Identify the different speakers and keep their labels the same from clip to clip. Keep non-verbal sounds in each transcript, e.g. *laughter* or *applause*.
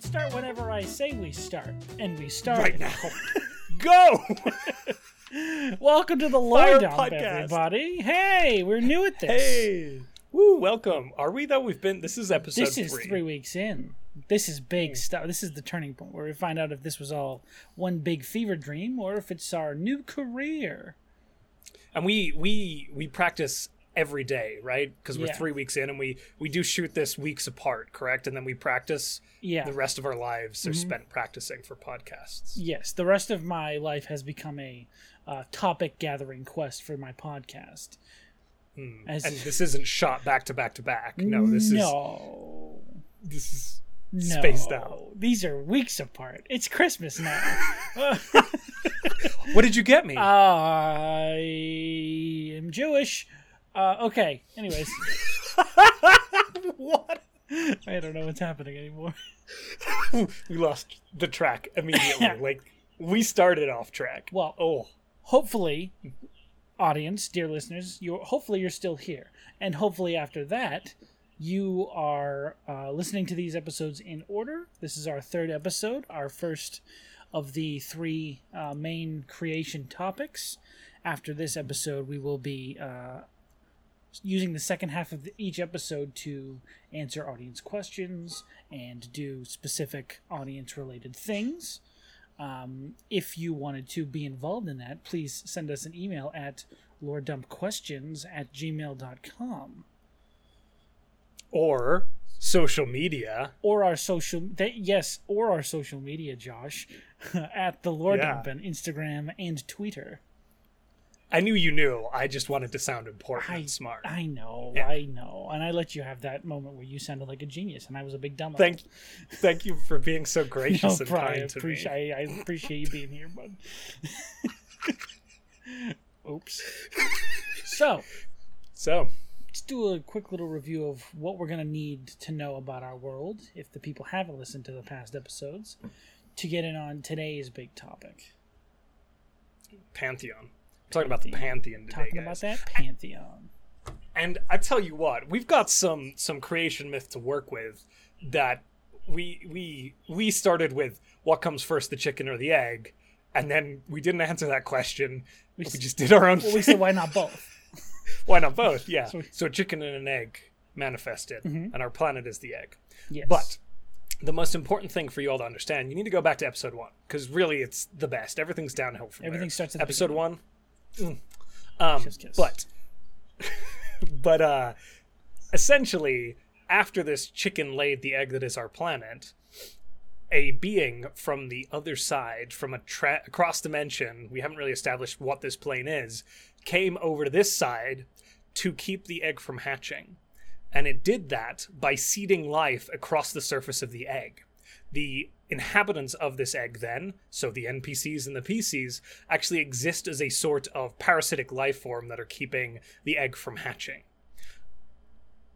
Speaker 1: start whenever I say we start, and we start *laughs*
Speaker 2: Right now. Go!
Speaker 1: Welcome to the
Speaker 2: Fire
Speaker 1: lowdown,
Speaker 2: Podcast.
Speaker 1: everybody. Hey, we're new at this.
Speaker 2: hey! Woo, welcome. Are we though? We've been, this is episode
Speaker 1: this is three weeks in. This is
Speaker 2: Hmm.
Speaker 1: big stuff. This is the turning point where we find out if this was all one big fever dream or if it's our new career.
Speaker 2: And we, we, we practice every day, right? Because we're
Speaker 1: Yeah.
Speaker 2: three weeks in and we, we do shoot this weeks apart, correct? And then we practice.
Speaker 1: Yeah.
Speaker 2: The rest of our lives
Speaker 1: Mm-hmm.
Speaker 2: are spent practicing for podcasts.
Speaker 1: Yes, the rest of my life has become a uh, topic gathering quest for my podcast. As-
Speaker 2: Hmm. And this isn't shot back to back to back. No, this
Speaker 1: no,
Speaker 2: is this is
Speaker 1: no.
Speaker 2: spaced out.
Speaker 1: These are weeks apart. It's Christmas now.
Speaker 2: *laughs*
Speaker 1: *laughs*
Speaker 2: What did you get me?
Speaker 1: Uh, I am Jewish. Uh, okay. Anyways,
Speaker 2: *laughs* what?
Speaker 1: I don't know what's happening anymore.
Speaker 2: we lost the track
Speaker 1: *laughs*
Speaker 2: immediately. like we started off track.
Speaker 1: Well,
Speaker 2: oh,
Speaker 1: hopefully, audience, dear listeners, you hopefully you're still here, and hopefully after that, you are uh, listening to these episodes in order. This is our third episode, our first of the three uh, main creation topics. After this episode, we will be uh, using the second half of the, each episode to answer audience questions and do specific audience-related things um, if you wanted to be involved in that, please send us an email at loredumpquestions at gmail.com
Speaker 2: or social media.
Speaker 1: or our social that yes or our social media josh *laughs* at the lord dump on instagram and twitter
Speaker 2: I knew you knew. I just wanted to sound important
Speaker 1: I-
Speaker 2: and smart.
Speaker 1: i know
Speaker 2: Yeah.
Speaker 1: i know and i let you have that moment where you sounded like a genius and i was a big dumb *laughs*
Speaker 2: thank, thank you for being so
Speaker 1: no,
Speaker 2: gracious and
Speaker 1: Brian, I
Speaker 2: kind to
Speaker 1: appreciate,
Speaker 2: me.
Speaker 1: I, I appreciate you being here, bud. *laughs* Oops.
Speaker 2: *laughs*
Speaker 1: So,
Speaker 2: So,
Speaker 1: let's do a quick little review of what we're going to need to know about our world if the people haven't listened to the past episodes to get in on today's big topic.
Speaker 2: pantheon. I'm talking about the pantheon today,
Speaker 1: Talking
Speaker 2: guys.
Speaker 1: about that pantheon.
Speaker 2: And I tell you what, we've got some some creation myth to work with that we we we started with what comes first, the chicken or the egg, and then we didn't answer that question. We,
Speaker 1: s-
Speaker 2: just did our own.
Speaker 1: Well, *laughs* we
Speaker 2: thing.
Speaker 1: said why not both?
Speaker 2: *laughs* Why
Speaker 1: *laughs*
Speaker 2: not both? Yeah.
Speaker 1: So- Mm-hmm.
Speaker 2: So a chicken and an egg manifested, and our planet is the egg.
Speaker 1: Yes.
Speaker 2: But the most important thing for you all to understand, you need to go back to episode one because really it's the best. Everything's downhill from there.
Speaker 1: Everything starts at the
Speaker 2: episode
Speaker 1: beginning.
Speaker 2: one. Mm. Um,
Speaker 1: Chef's kiss.
Speaker 2: But *laughs* but uh, essentially, after this chicken laid the egg that is our planet, a being from the other side, from a tra- across dimension, we haven't really established what this plane is, came over to this side to keep the egg from hatching. And it did that by seeding life across the surface of the egg. The inhabitants of this egg, then, so the NPCs and the PCs, actually exist as a sort of parasitic life form that are keeping the egg from hatching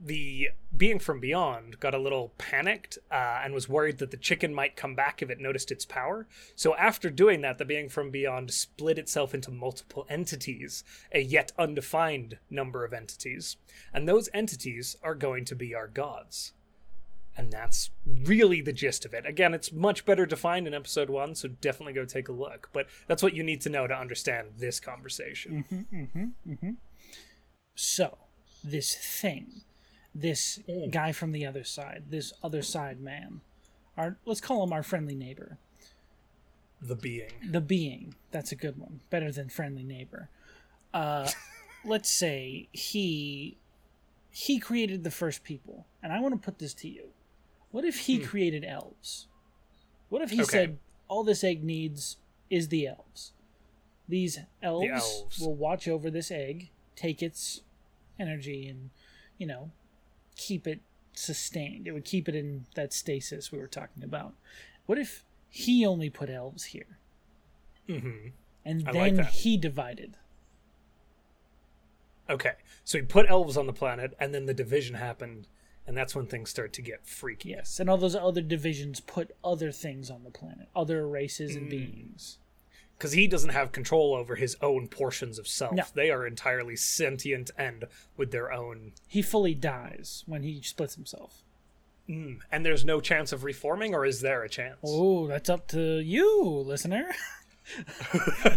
Speaker 2: the being from beyond got a little panicked uh, and was worried that the chicken might come back if it noticed its power. So, after doing that, the being from beyond split itself into multiple entities, a yet undefined number of entities. And those entities are going to be our gods. And that's really the gist of it. Again, it's much better defined in episode one, so definitely go take a look. But that's what you need to know to understand this conversation.
Speaker 1: Mm-hmm. So, this thing, this
Speaker 2: Mm.
Speaker 1: guy from the other side, this other side man, our let's call him our friendly neighbor.
Speaker 2: The being.
Speaker 1: the being that's a good one better than friendly neighbor
Speaker 2: *laughs*
Speaker 1: uh let's say he he created the first people and i want to put this to you what if he created elves what if he
Speaker 2: Hmm. Okay.
Speaker 1: said all this egg needs is the elves these elves,
Speaker 2: elves.
Speaker 1: will watch over this egg take its energy and you know keep it sustained it would keep it in that stasis we were talking about what if he only put elves here
Speaker 2: hmm
Speaker 1: and
Speaker 2: I like
Speaker 1: then
Speaker 2: that.
Speaker 1: he divided.
Speaker 2: Okay, so he put elves on the planet, and then the division happened, and that's when things start to get freaky.
Speaker 1: Yes, and all those other divisions put other things on the planet, other races
Speaker 2: Mm.
Speaker 1: and beings.
Speaker 2: Because he doesn't have control over his own portions of self.
Speaker 1: No.
Speaker 2: They are entirely sentient and with their own.
Speaker 1: He fully dies when he splits himself.
Speaker 2: Mm. And there's no chance of reforming, or is there a chance? *laughs*
Speaker 1: Oh, that's up to you, listener.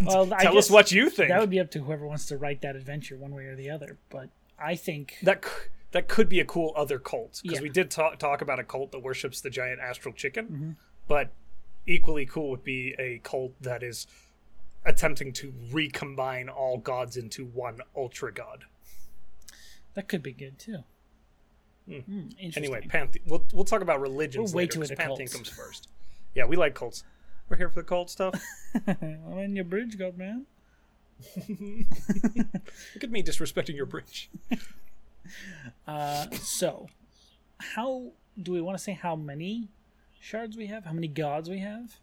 Speaker 1: Well,
Speaker 2: Tell
Speaker 1: I
Speaker 2: us
Speaker 1: guess
Speaker 2: what you think.
Speaker 1: That would be up to whoever wants to write that adventure one way or the other. But I think
Speaker 2: that c- that could be a cool other cult
Speaker 1: Yeah.
Speaker 2: because
Speaker 1: Mm-hmm.
Speaker 2: we did talk talk about a cult that worships the giant astral chicken, but equally cool would be a cult that is attempting to recombine all gods into one ultra god.
Speaker 1: that could be good too. Hmm, interesting. *laughs*
Speaker 2: Anyway, panthe- we'll we'll talk about religions
Speaker 1: We're way
Speaker 2: later
Speaker 1: too
Speaker 2: 'cause
Speaker 1: into
Speaker 2: pantheon
Speaker 1: cults.
Speaker 2: comes first. Yeah, we like cults. We're here for the
Speaker 1: *laughs*
Speaker 2: cult stuff.
Speaker 1: I'm in your bridge, God man.
Speaker 2: Look at me disrespecting
Speaker 1: *laughs*
Speaker 2: your bridge.
Speaker 1: Uh, so, how do we want to say how many shards we have? How many gods we have?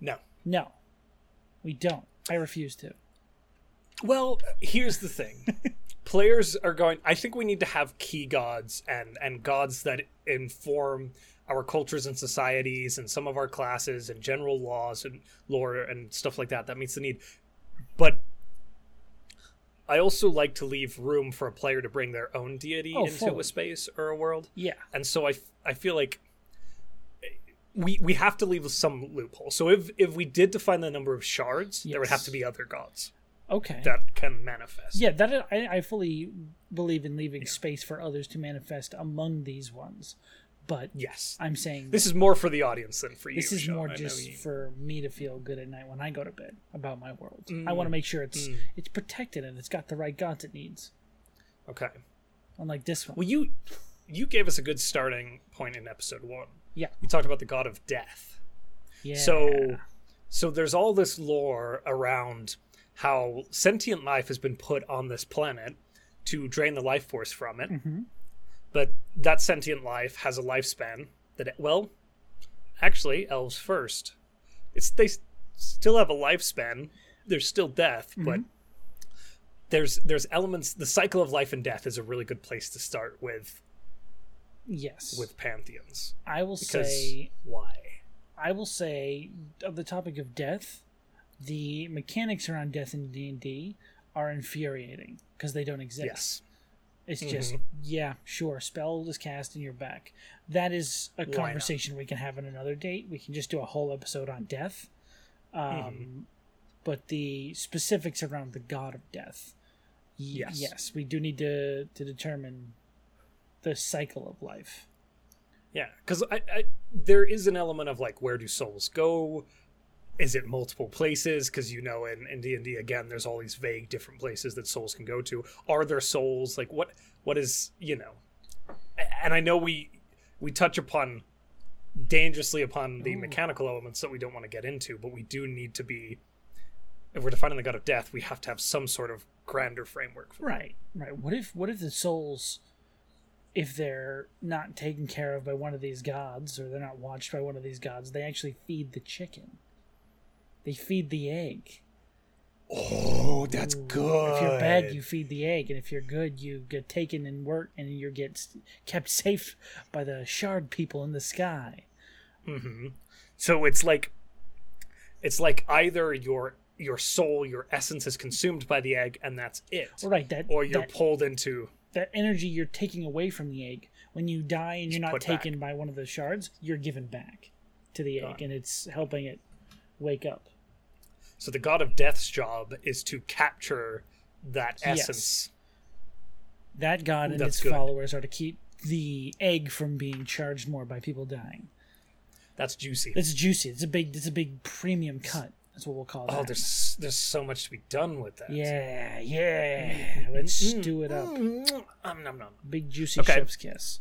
Speaker 2: No.
Speaker 1: No, we don't. I refuse to.
Speaker 2: Well, here's
Speaker 1: *laughs*
Speaker 2: the thing. Players are going I think we need to have key gods and and gods that inform our cultures and societies and some of our classes and general laws and lore and stuff like that. That meets the need. But I also like to leave room for a player to bring their own deity
Speaker 1: Oh,
Speaker 2: into
Speaker 1: fully.
Speaker 2: a space or a world.
Speaker 1: Yeah,
Speaker 2: and so I, f- I feel like we we have to leave some loophole. So if if we did define the number of shards, there would have
Speaker 1: Yes.
Speaker 2: to be other gods
Speaker 1: okay.
Speaker 2: that can manifest.
Speaker 1: yeah, that I, I fully believe in leaving space for others to manifest among these ones, but
Speaker 2: Yes.
Speaker 1: I'm saying
Speaker 2: This is more for the audience than for you.
Speaker 1: This is
Speaker 2: Sean.
Speaker 1: more
Speaker 2: I know
Speaker 1: just
Speaker 2: you-
Speaker 1: for me to feel good at night when I go to bed about my world. I
Speaker 2: Mm,
Speaker 1: want to make sure it's it's protected and it's got the right gods it needs.
Speaker 2: okay.
Speaker 1: Unlike this one.
Speaker 2: Well, you you gave us a good starting point in episode one.
Speaker 1: yeah.
Speaker 2: You talked about the god of death.
Speaker 1: Yeah.
Speaker 2: So so there's all this lore around how sentient life has been put on this planet to drain the life force from it.
Speaker 1: Mm-hmm.
Speaker 2: But that sentient life has a lifespan that it, well, actually elves first. It's they s- still have a lifespan. There's still death, but there's there's elements the cycle of life and death is a really good place to start with
Speaker 1: yes.
Speaker 2: with pantheons.
Speaker 1: I will
Speaker 2: Because
Speaker 1: say
Speaker 2: why?
Speaker 1: I will say of the topic of death, the mechanics around death in D&D are infuriating because they don't exist.
Speaker 2: Yes. Mm-hmm.
Speaker 1: It's just yeah, sure. Spell is cast and you're back. That is a
Speaker 2: not?
Speaker 1: conversation we can have on another date. We can just do a whole episode on death. Um,
Speaker 2: Mm-hmm.
Speaker 1: But the specifics around the god of death. y-
Speaker 2: Yes.
Speaker 1: Yes, we do need to to determine the cycle of life.
Speaker 2: Yeah, because I, I there is an element of like where do souls go? Is it multiple places? Because you know, in in D and D again, there's all these vague different places that souls can go to. Are there souls? Like what what is you know? A- And I know we we touch upon dangerously upon the mechanical elements that we don't want to get into, but we do need to be if we're defining the god of death, we have to have some sort of grander framework. For
Speaker 1: Right. Right. What if what if the souls if they're not taken care of by one of these gods or they're not watched by one of these gods, they actually feed the chicken. They feed the egg.
Speaker 2: Oh, that's good.
Speaker 1: If you're bad, you feed the egg, and if you're good, you get taken and work, and you get s- kept *laughs* safe by the shard people in the sky.
Speaker 2: Mm-hmm. So it's like it's like either your your soul, your essence is consumed by the egg and that's it.
Speaker 1: Right, that
Speaker 2: Or you're
Speaker 1: that,
Speaker 2: pulled into
Speaker 1: that energy you're taking away from the egg when you die, and you're not
Speaker 2: put back.
Speaker 1: taken by one of the shards, you're given back to the egg,
Speaker 2: Got it.
Speaker 1: and it's helping it wake up.
Speaker 2: so the god of death's job is to capture that
Speaker 1: Yes.
Speaker 2: essence.
Speaker 1: That god and
Speaker 2: That's
Speaker 1: its
Speaker 2: good.
Speaker 1: followers are to keep the egg from being charged more by people dying.
Speaker 2: That's juicy.
Speaker 1: It's juicy. It's a big. It's a big premium cut. That's what we'll call it.
Speaker 2: Oh, there's there's so much to be done with that.
Speaker 1: Yeah, yeah.
Speaker 2: Mm-hmm.
Speaker 1: Let's stew it up.
Speaker 2: Mm, um, nom, nom.
Speaker 1: Big juicy
Speaker 2: Okay.
Speaker 1: chef's kiss.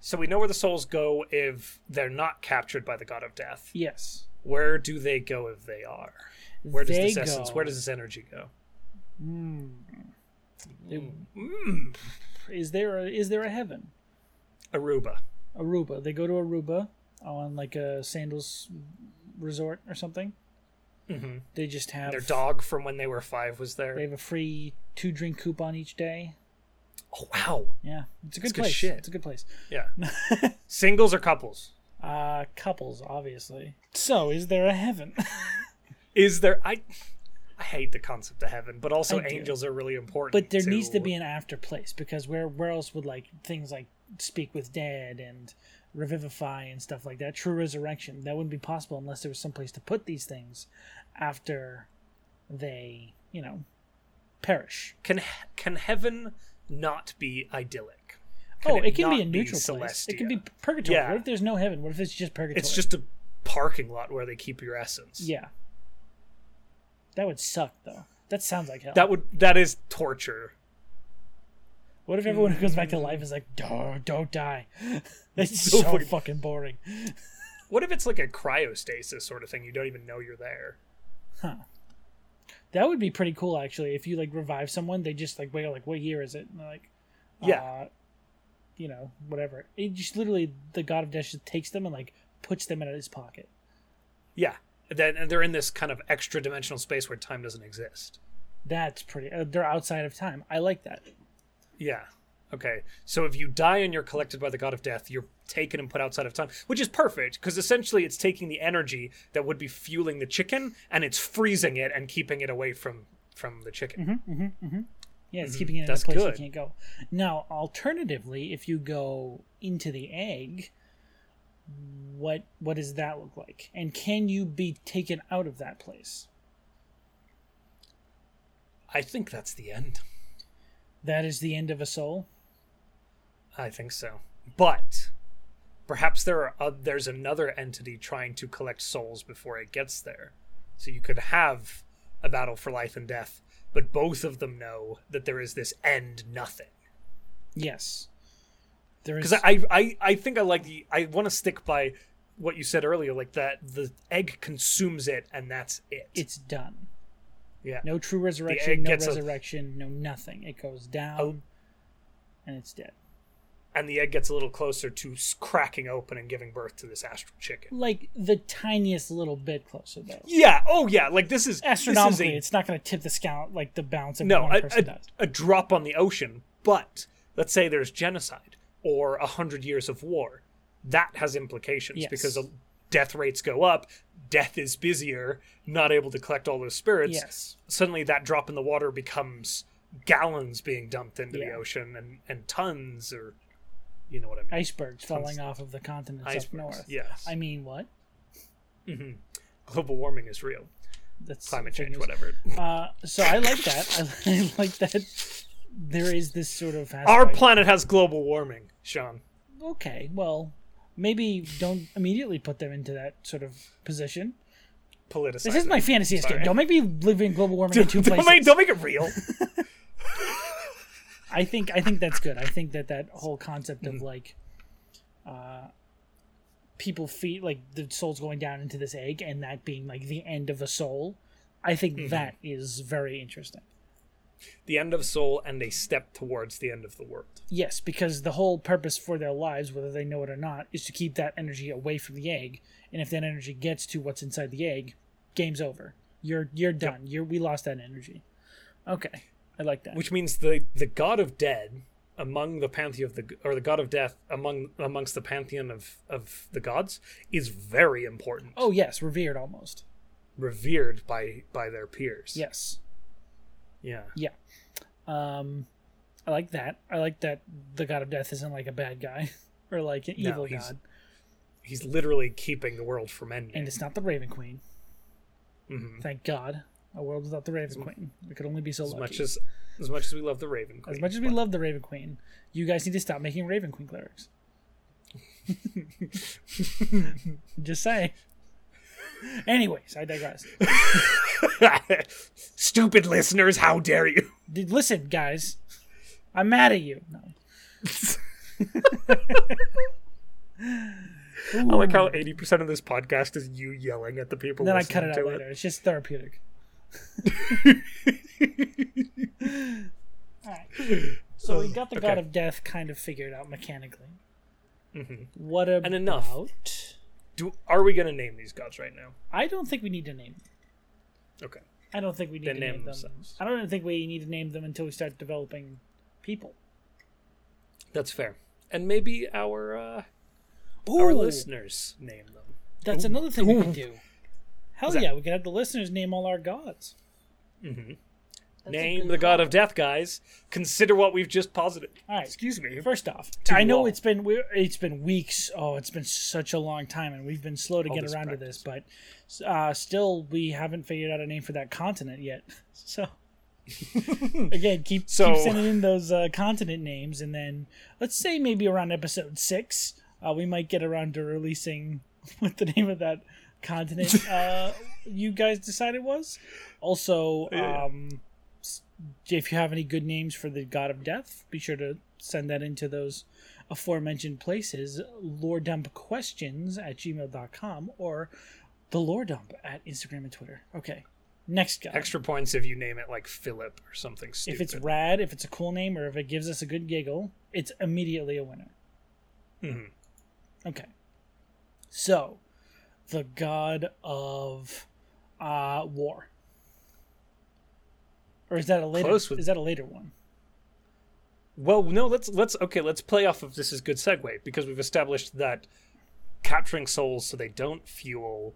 Speaker 2: So we know where the souls go if they're not captured by the god of death.
Speaker 1: Yes.
Speaker 2: Where do they go if they are? Where does
Speaker 1: They
Speaker 2: this essence,
Speaker 1: go-
Speaker 2: where does this energy go? Mm.
Speaker 1: Is there a, is there a heaven?
Speaker 2: Aruba.
Speaker 1: Aruba. They go to Aruba on like a sandals resort or something. Mm-hmm. They just have
Speaker 2: Their dog from when they were five was there.
Speaker 1: They have a free two drink coupon each day.
Speaker 2: Oh wow.
Speaker 1: Yeah, it's a good
Speaker 2: good
Speaker 1: place.
Speaker 2: shit.
Speaker 1: It's a good place. *laughs*
Speaker 2: Yeah. Singles or couples?
Speaker 1: Uh, couples, obviously. So, is there a heaven? *laughs*
Speaker 2: Is there I I hate the concept of heaven, but also
Speaker 1: I do.
Speaker 2: angels are really important.
Speaker 1: But there needs to
Speaker 2: to-
Speaker 1: be an after place because where where else would like things like speak with dead and revivify and stuff like that, true resurrection. That wouldn't be possible unless there was some place to put these things after they, you know, perish.
Speaker 2: Can can heaven not be idyllic?
Speaker 1: oh, it, can be
Speaker 2: not
Speaker 1: a neutral place. It can be
Speaker 2: Celestia?
Speaker 1: purgatory.
Speaker 2: Yeah.
Speaker 1: What if there's no heaven? What if it's just purgatory?
Speaker 2: It's just a parking lot where they keep your essence.
Speaker 1: yeah. That would suck though. That sounds like hell.
Speaker 2: That would that is torture.
Speaker 1: what if everyone who goes back to life is like, "Don't, don't die." *laughs* That's so,
Speaker 2: So fucking-
Speaker 1: fucking boring.
Speaker 2: What if it's like a cryostasis sort of thing? You don't even know you're there.
Speaker 1: That would be pretty cool actually. If you like revive someone, they just like wait, like what year is it? And they're like,
Speaker 2: Yeah.
Speaker 1: uh, you know, whatever. It just literally the god of death just takes them and like puts them in his pocket.
Speaker 2: Yeah. Then and they're in this kind of extra dimensional space where time doesn't exist.
Speaker 1: That's pretty. Uh, they're outside of time. I like that.
Speaker 2: Yeah. Okay. So if you die and you're collected by the god of death, you're taken and put outside of time, which is perfect because essentially it's taking the energy that would be fueling the chicken and it's freezing it and keeping it away from from the chicken.
Speaker 1: Mm-hmm, Yeah, it's keeping it in
Speaker 2: Mm-hmm. That's
Speaker 1: a place
Speaker 2: good.
Speaker 1: you can't go. Now, alternatively, if you go into the egg, what what does that look like? And can you be taken out of that place?
Speaker 2: I think that's the end.
Speaker 1: That is the end of a soul.
Speaker 2: I think so. But perhaps there are oth- there's another entity trying to collect souls before it gets there. So you could have a battle for life and death, but both of them know that there is this end nothing.
Speaker 1: Yes. There is
Speaker 2: Because I, I I think I like the I want to stick by what you said earlier, like that the egg consumes it and that's it.
Speaker 1: it's done.
Speaker 2: yeah.
Speaker 1: No true
Speaker 2: egg
Speaker 1: resurrection, no
Speaker 2: gets a- Oh.
Speaker 1: resurrection, no nothing. It goes down and it's dead.
Speaker 2: And the egg gets a little closer to s- cracking open and giving birth to this astral chicken.
Speaker 1: Like the tiniest little bit closer though.
Speaker 2: Yeah. Oh yeah. Like this is
Speaker 1: Astronomically,
Speaker 2: This is a
Speaker 1: it's not going to tip the scale like the balance of
Speaker 2: no
Speaker 1: one
Speaker 2: a,
Speaker 1: person
Speaker 2: a,
Speaker 1: does.
Speaker 2: a drop on the ocean but let's say there's genocide or a hundred years of war that has implications
Speaker 1: Yes.
Speaker 2: because uh, death rates go up death is busier not able to collect all those spirits
Speaker 1: Yes.
Speaker 2: suddenly that drop in the water becomes gallons being dumped into the
Speaker 1: Yeah.
Speaker 2: ocean and, and tons or you know what i mean
Speaker 1: icebergs falling off of the continents up
Speaker 2: Icebergs,
Speaker 1: north.
Speaker 2: yes.
Speaker 1: I mean, what?
Speaker 2: global warming is real
Speaker 1: That's
Speaker 2: climate
Speaker 1: fake
Speaker 2: change
Speaker 1: news.
Speaker 2: whatever
Speaker 1: Uh, so I like that. *laughs* I, I like that. There is this sort of fast
Speaker 2: our
Speaker 1: fight.
Speaker 2: planet has global warming sean
Speaker 1: okay. Well, maybe don't immediately put them into that sort of position.
Speaker 2: politicize
Speaker 1: This is
Speaker 2: it. *laughs*
Speaker 1: my fantasy escape.
Speaker 2: Sorry.
Speaker 1: Don't make me live in global warming
Speaker 2: *laughs*
Speaker 1: in 2
Speaker 2: don't
Speaker 1: places.
Speaker 2: make, don't make
Speaker 1: *laughs*
Speaker 2: it real
Speaker 1: I think I think that's good. I think that that whole concept of like, uh, people feed like the souls going down into this egg and that being like the end of a soul. I think that is very interesting.
Speaker 2: the end of soul and a step towards the end of the world.
Speaker 1: Yes, because the whole purpose for their lives, whether they know it or not, is to keep that energy away from the egg. And if that energy gets to what's inside the egg, game's over. You're you're done. You're we lost that energy. Okay, I like that.
Speaker 2: Which means the the god of dead among the pantheon of the or the god of death among amongst the pantheon of of the gods is very important,
Speaker 1: oh yes, revered almost.
Speaker 2: revered by by their peers.
Speaker 1: Yes.
Speaker 2: yeah.
Speaker 1: Yeah. Um I like that. I like that the god of death isn't like a bad guy *laughs* or like an
Speaker 2: No,
Speaker 1: evil
Speaker 2: he's-
Speaker 1: god.
Speaker 2: He's literally keeping the world from ending. Mm-hmm.
Speaker 1: And it's not the Raven Queen. Thank God. A world without the Raven Queen. We could only be so
Speaker 2: Mm. as
Speaker 1: lucky.
Speaker 2: much as as much as we love the Raven Queen,
Speaker 1: as much as
Speaker 2: *laughs*
Speaker 1: we love the Raven Queen, you guys need to stop making Raven Queen clerics. *laughs* Just saying. Anyways, I digress.
Speaker 2: stupid listeners, how dare you?
Speaker 1: *laughs* Dude, listen, guys, I'm mad at you.
Speaker 2: *laughs*
Speaker 1: No.
Speaker 2: I like how eighty percent of this podcast is you yelling at the people.
Speaker 1: Oh Then I
Speaker 2: listening
Speaker 1: cut it out
Speaker 2: to
Speaker 1: later. It's just therapeutic. *laughs* Alright. So we got the god
Speaker 2: Okay.
Speaker 1: of death kind of figured out mechanically. What about?
Speaker 2: Mm-hmm. enough. Do are we gonna name these gods right now?
Speaker 1: I don't think we need to name. Them.
Speaker 2: Okay.
Speaker 1: I don't think we need
Speaker 2: They
Speaker 1: to
Speaker 2: name
Speaker 1: name, them.
Speaker 2: themselves.
Speaker 1: I don't even think we need to name them until we start developing people.
Speaker 2: That's fair. And maybe our uh, our
Speaker 1: Ooh,
Speaker 2: listeners name them.
Speaker 1: that's another thing we
Speaker 2: Ooh.
Speaker 1: can do. Hell
Speaker 2: that-
Speaker 1: yeah, we could have the listeners name all our gods.
Speaker 3: That's a
Speaker 2: Name
Speaker 3: good
Speaker 2: the god
Speaker 3: call.
Speaker 2: of death, guys. Consider what we've just posited.
Speaker 1: All right.
Speaker 2: Excuse me.
Speaker 1: First off,
Speaker 2: To
Speaker 1: I know
Speaker 2: wall.
Speaker 1: it's been we- it's been weeks. Oh, it's been such a long time, and we've been slow to
Speaker 2: All
Speaker 1: get
Speaker 2: this
Speaker 1: around to this. But uh, still, we haven't figured out a name for that continent yet. *laughs*
Speaker 2: *laughs*
Speaker 1: So again, keep
Speaker 2: So-
Speaker 1: keep sending in those uh, continent names, and then let's say maybe around episode six, uh, we might get around to releasing *laughs* what the name of that
Speaker 2: *laughs*
Speaker 1: continent uh, you guys decided was. Also,
Speaker 2: Yeah.
Speaker 1: um, if you have any good names for the god of death, be sure to send that into those aforementioned places, loredumpquestions at gmail.com or the loredump at Instagram and Twitter. Okay. Next guy.
Speaker 2: Extra points if you name it like Philip or something stupid.
Speaker 1: if it's rad, if it's a cool name, or if it gives us a good giggle, it's immediately a winner.
Speaker 2: Mhm.
Speaker 1: Okay. So, the god of uh, war. Or is that a later?
Speaker 2: Close with-
Speaker 1: Is that a later one?
Speaker 2: Well, no, let's let's okay, let's play off of this is good segue because we've established that capturing souls so they don't fuel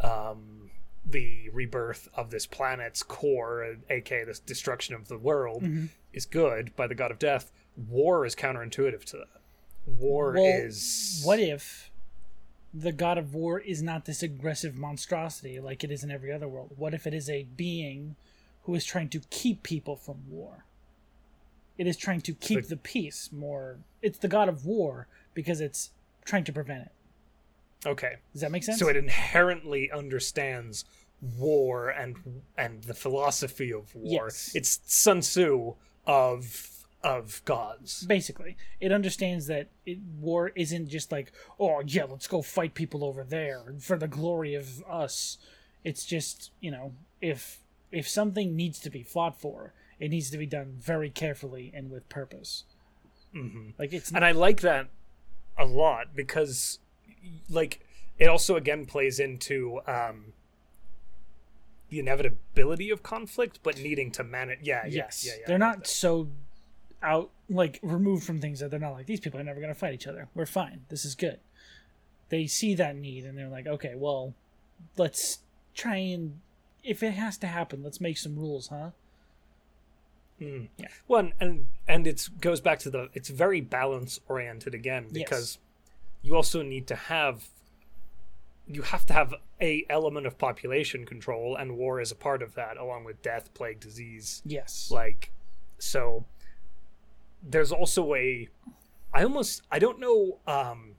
Speaker 2: um, the rebirth of this planet's core, aka this destruction of the world,
Speaker 1: Mm-hmm.
Speaker 2: is good by the god of death. War is counterintuitive to that. War
Speaker 1: Well,
Speaker 2: is
Speaker 1: What if the god of war is not this aggressive monstrosity like it is in every other world? What if it is a being who is trying to keep people from war? It is trying to keep
Speaker 2: But-
Speaker 1: the peace more. It's the god of war because it's trying to prevent it.
Speaker 2: okay.
Speaker 1: Does that make sense?
Speaker 2: So it inherently understands war and and the philosophy of war.
Speaker 1: Yes.
Speaker 2: It's Sun Tzu of of gods.
Speaker 1: Basically, it understands that it, war isn't just like, oh yeah, let's go fight people over there for the glory of us. It's just you know, if if something needs to be fought for, it needs to be done very carefully and with purpose.
Speaker 2: Mhm.
Speaker 1: Like it's
Speaker 2: and I like that a lot because like it also again plays into um the inevitability of conflict but needing to manage yeah, yeah
Speaker 1: yes,
Speaker 2: yeah, yeah,
Speaker 1: they're not so out like removed from things that they're not like these people are never going to fight each other. We're fine. This is good. They see that need and they're like, okay, well, let's try and if it has to happen, let's make some rules, huh?
Speaker 2: Mm.
Speaker 1: Yeah.
Speaker 2: Well, and and, and it goes back to the it's very balance oriented again
Speaker 1: Yes.
Speaker 2: because you also need to have you have to have a element of population control and war is a part of that along with death, plague, disease,
Speaker 1: Yes.
Speaker 2: like so there's also a I almost I don't know um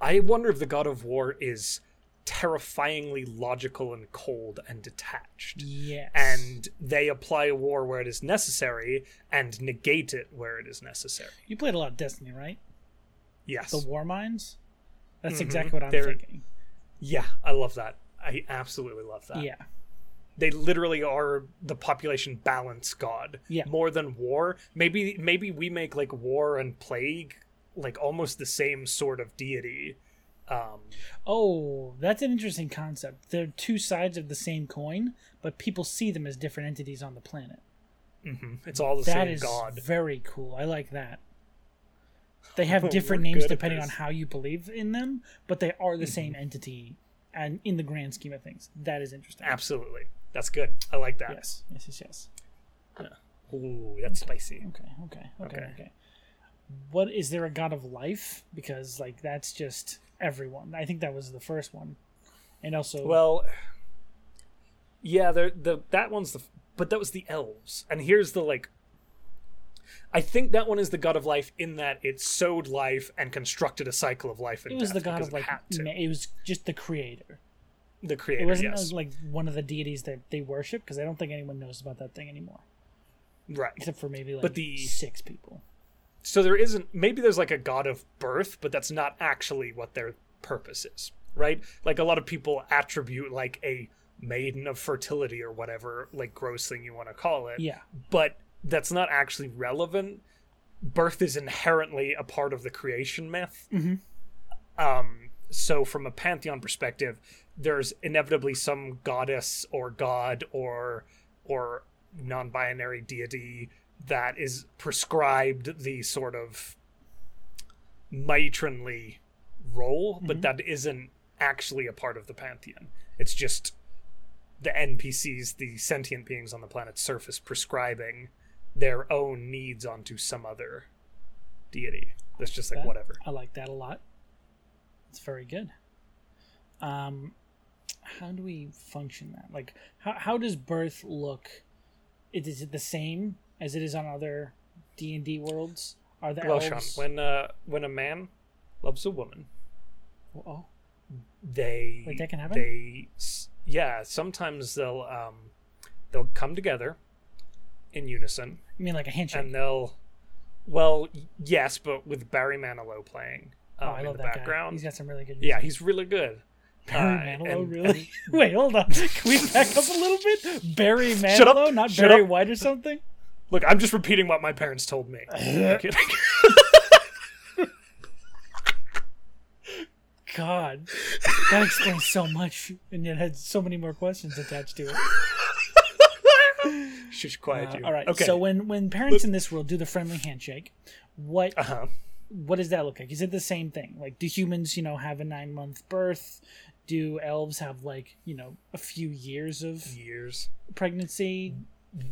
Speaker 2: I wonder if the god of war is terrifyingly logical and cold and detached
Speaker 1: yes.
Speaker 2: and they apply a war where it is necessary and negate it where it is necessary.
Speaker 1: you played a lot of Destiny, right?
Speaker 2: Yes.
Speaker 1: The War Mines. That's
Speaker 2: Mhm.
Speaker 1: exactly what I'm
Speaker 2: They're-
Speaker 1: thinking.
Speaker 2: yeah, I love that. I absolutely love that.
Speaker 1: Yeah.
Speaker 2: They literally are the population balance god.
Speaker 1: Yeah.
Speaker 2: More than war. Maybe maybe we make like war and plague like almost the same sort of deity. Um
Speaker 1: Oh, that's an interesting concept. They're two sides of the same coin, but people see them as different entities on the planet.
Speaker 2: mhm. it's all the
Speaker 1: That
Speaker 2: same
Speaker 1: is
Speaker 2: god.
Speaker 1: very cool. I like that. They have
Speaker 2: *laughs* We're
Speaker 1: different
Speaker 2: good
Speaker 1: names
Speaker 2: at
Speaker 1: depending on
Speaker 2: this. Mm-hmm.
Speaker 1: how you believe in them, but they are the same entity and in the grand scheme of things. That is interesting.
Speaker 2: Absolutely. That's good. I like that.
Speaker 1: Yes. Yes, yes, yes.
Speaker 2: Ooh, that's spicy.
Speaker 1: Okay, okay, okay, okay,
Speaker 2: Okay.
Speaker 1: What is there a god of life? Because like that's just everyone. I think that was the first one, and also
Speaker 2: Well, yeah, the the that one's the but that was the elves, and here's the like. I think that one is the god of life in that it sowed life and constructed a cycle of life. And
Speaker 1: it was
Speaker 2: death
Speaker 1: the god
Speaker 2: because
Speaker 1: of
Speaker 2: it
Speaker 1: like
Speaker 2: had to.
Speaker 1: ma- it was just the creator.
Speaker 2: the
Speaker 1: It
Speaker 2: creator.
Speaker 1: wasn't
Speaker 2: yes,
Speaker 1: uh, like one of the deities that they worship because I don't think anyone knows about that thing anymore,
Speaker 2: right.
Speaker 1: except for maybe like
Speaker 2: But the-
Speaker 1: six people.
Speaker 2: So there isn't maybe there's like a god of birth, but that's not actually what their purpose is, right? Like a lot of people attribute like a maiden of fertility or whatever like gross thing you want to call it.
Speaker 1: Yeah,
Speaker 2: but that's not actually relevant. Birth is inherently a part of the creation myth.
Speaker 1: Mhm.
Speaker 2: Um, so, from a pantheon perspective, there's inevitably some goddess or god or or non-binary deity that is prescribed the sort of matronly role, but that isn't actually a part of the pantheon. It's just the NPCs, the sentient beings on the planet's surface, prescribing their own needs onto some other deity. That's just like
Speaker 1: that.
Speaker 2: whatever.
Speaker 1: I like that a lot. It's very good. Um, how do we function that? Like, how, how does birth look? Is, is it the same as it is on other D and D worlds? Are the
Speaker 2: Well, Sean,
Speaker 1: elves?
Speaker 2: when uh, when a man loves a woman,
Speaker 1: oh,
Speaker 2: they
Speaker 1: Wait, that can happen?
Speaker 2: They s- yeah, sometimes they'll um, they'll come together in unison,
Speaker 1: you mean like a handshake?
Speaker 2: and they'll well y- yes, but with Barry Manilow playing
Speaker 1: oh,
Speaker 2: um,
Speaker 1: I
Speaker 2: in
Speaker 1: love
Speaker 2: the
Speaker 1: that guy.
Speaker 2: background.
Speaker 1: He's got some really good.
Speaker 2: yeah,
Speaker 1: music.
Speaker 2: he's really good.
Speaker 1: Barry
Speaker 2: Uh,
Speaker 1: Manilow,
Speaker 2: and-
Speaker 1: really? *laughs* Wait, hold on. Can we back up a little bit? Barry Manilow,
Speaker 2: Shut up.
Speaker 1: not
Speaker 2: Shut
Speaker 1: Barry
Speaker 2: up.
Speaker 1: White or something.
Speaker 2: *laughs* Look, I'm just repeating what my parents
Speaker 1: *laughs*
Speaker 2: told me. Okay. *laughs* *laughs*
Speaker 1: God, that explains so much, and yet had so many more questions attached to it.
Speaker 2: Shush, quiet
Speaker 1: Uh,
Speaker 2: you.
Speaker 1: all right.
Speaker 2: Okay.
Speaker 1: So when when parents in this world do the friendly handshake, what
Speaker 2: uh huh.
Speaker 1: what does that look like? Is it the same thing? Like, do humans, you know, have a nine month birth? Do elves have like you know a few years of
Speaker 2: Years.
Speaker 1: pregnancy?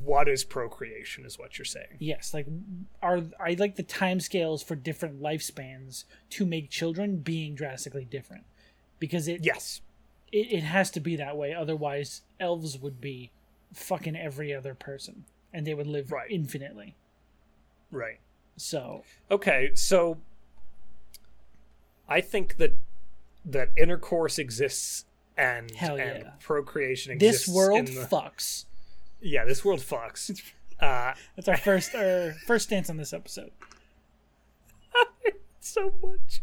Speaker 2: What is procreation? Is what you're saying?
Speaker 1: Yes. Like, are I like the timescales for different lifespans to make children being drastically different because it
Speaker 2: Yes.
Speaker 1: it, it has to be that way otherwise elves would be fucking every other person and they would live
Speaker 2: Right.
Speaker 1: infinitely
Speaker 2: Right.
Speaker 1: so
Speaker 2: Okay, so I think that that intercourse exists and
Speaker 1: Hell
Speaker 2: and
Speaker 1: yeah.
Speaker 2: procreation exists.
Speaker 1: this world
Speaker 2: in the-
Speaker 1: fucks
Speaker 2: yeah, this world fucks.
Speaker 1: *laughs*
Speaker 2: Uh,
Speaker 1: that's our first our first stance on this episode
Speaker 2: so much.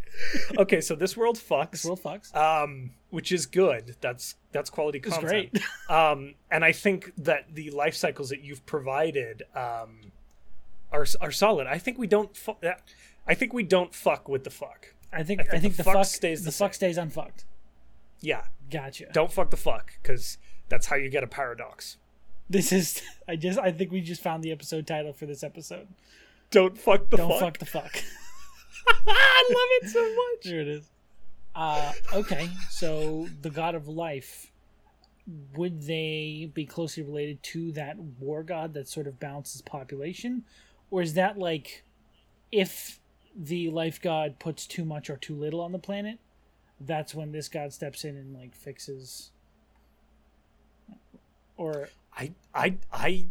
Speaker 2: Okay, so this world
Speaker 1: this
Speaker 2: fucks,
Speaker 1: world fucks
Speaker 2: um, which is good. That's that's quality
Speaker 1: it's
Speaker 2: content.
Speaker 1: great *laughs*
Speaker 2: um, and I think that the life cycles that you've provided um, are are solid. I think we don't. Fu- I think we don't fuck with the fuck.
Speaker 1: i think i think, the, fuck, stays the,
Speaker 2: same.
Speaker 1: fuck stays unfucked
Speaker 2: Yeah,
Speaker 1: gotcha
Speaker 2: don't fuck the fuck because that's how you get a paradox
Speaker 1: *laughs* this is i just i think we just found the episode title for this episode
Speaker 2: don't fuck the
Speaker 1: don't fuck the fuck
Speaker 2: *laughs* i love it so much
Speaker 1: There it is. Uh, okay, so the god of life, would they be closely related to that war god that sort of balances population? Or is that like if the life god puts too much or too little on the planet, that's when this god steps in and like fixes? Or
Speaker 2: i i i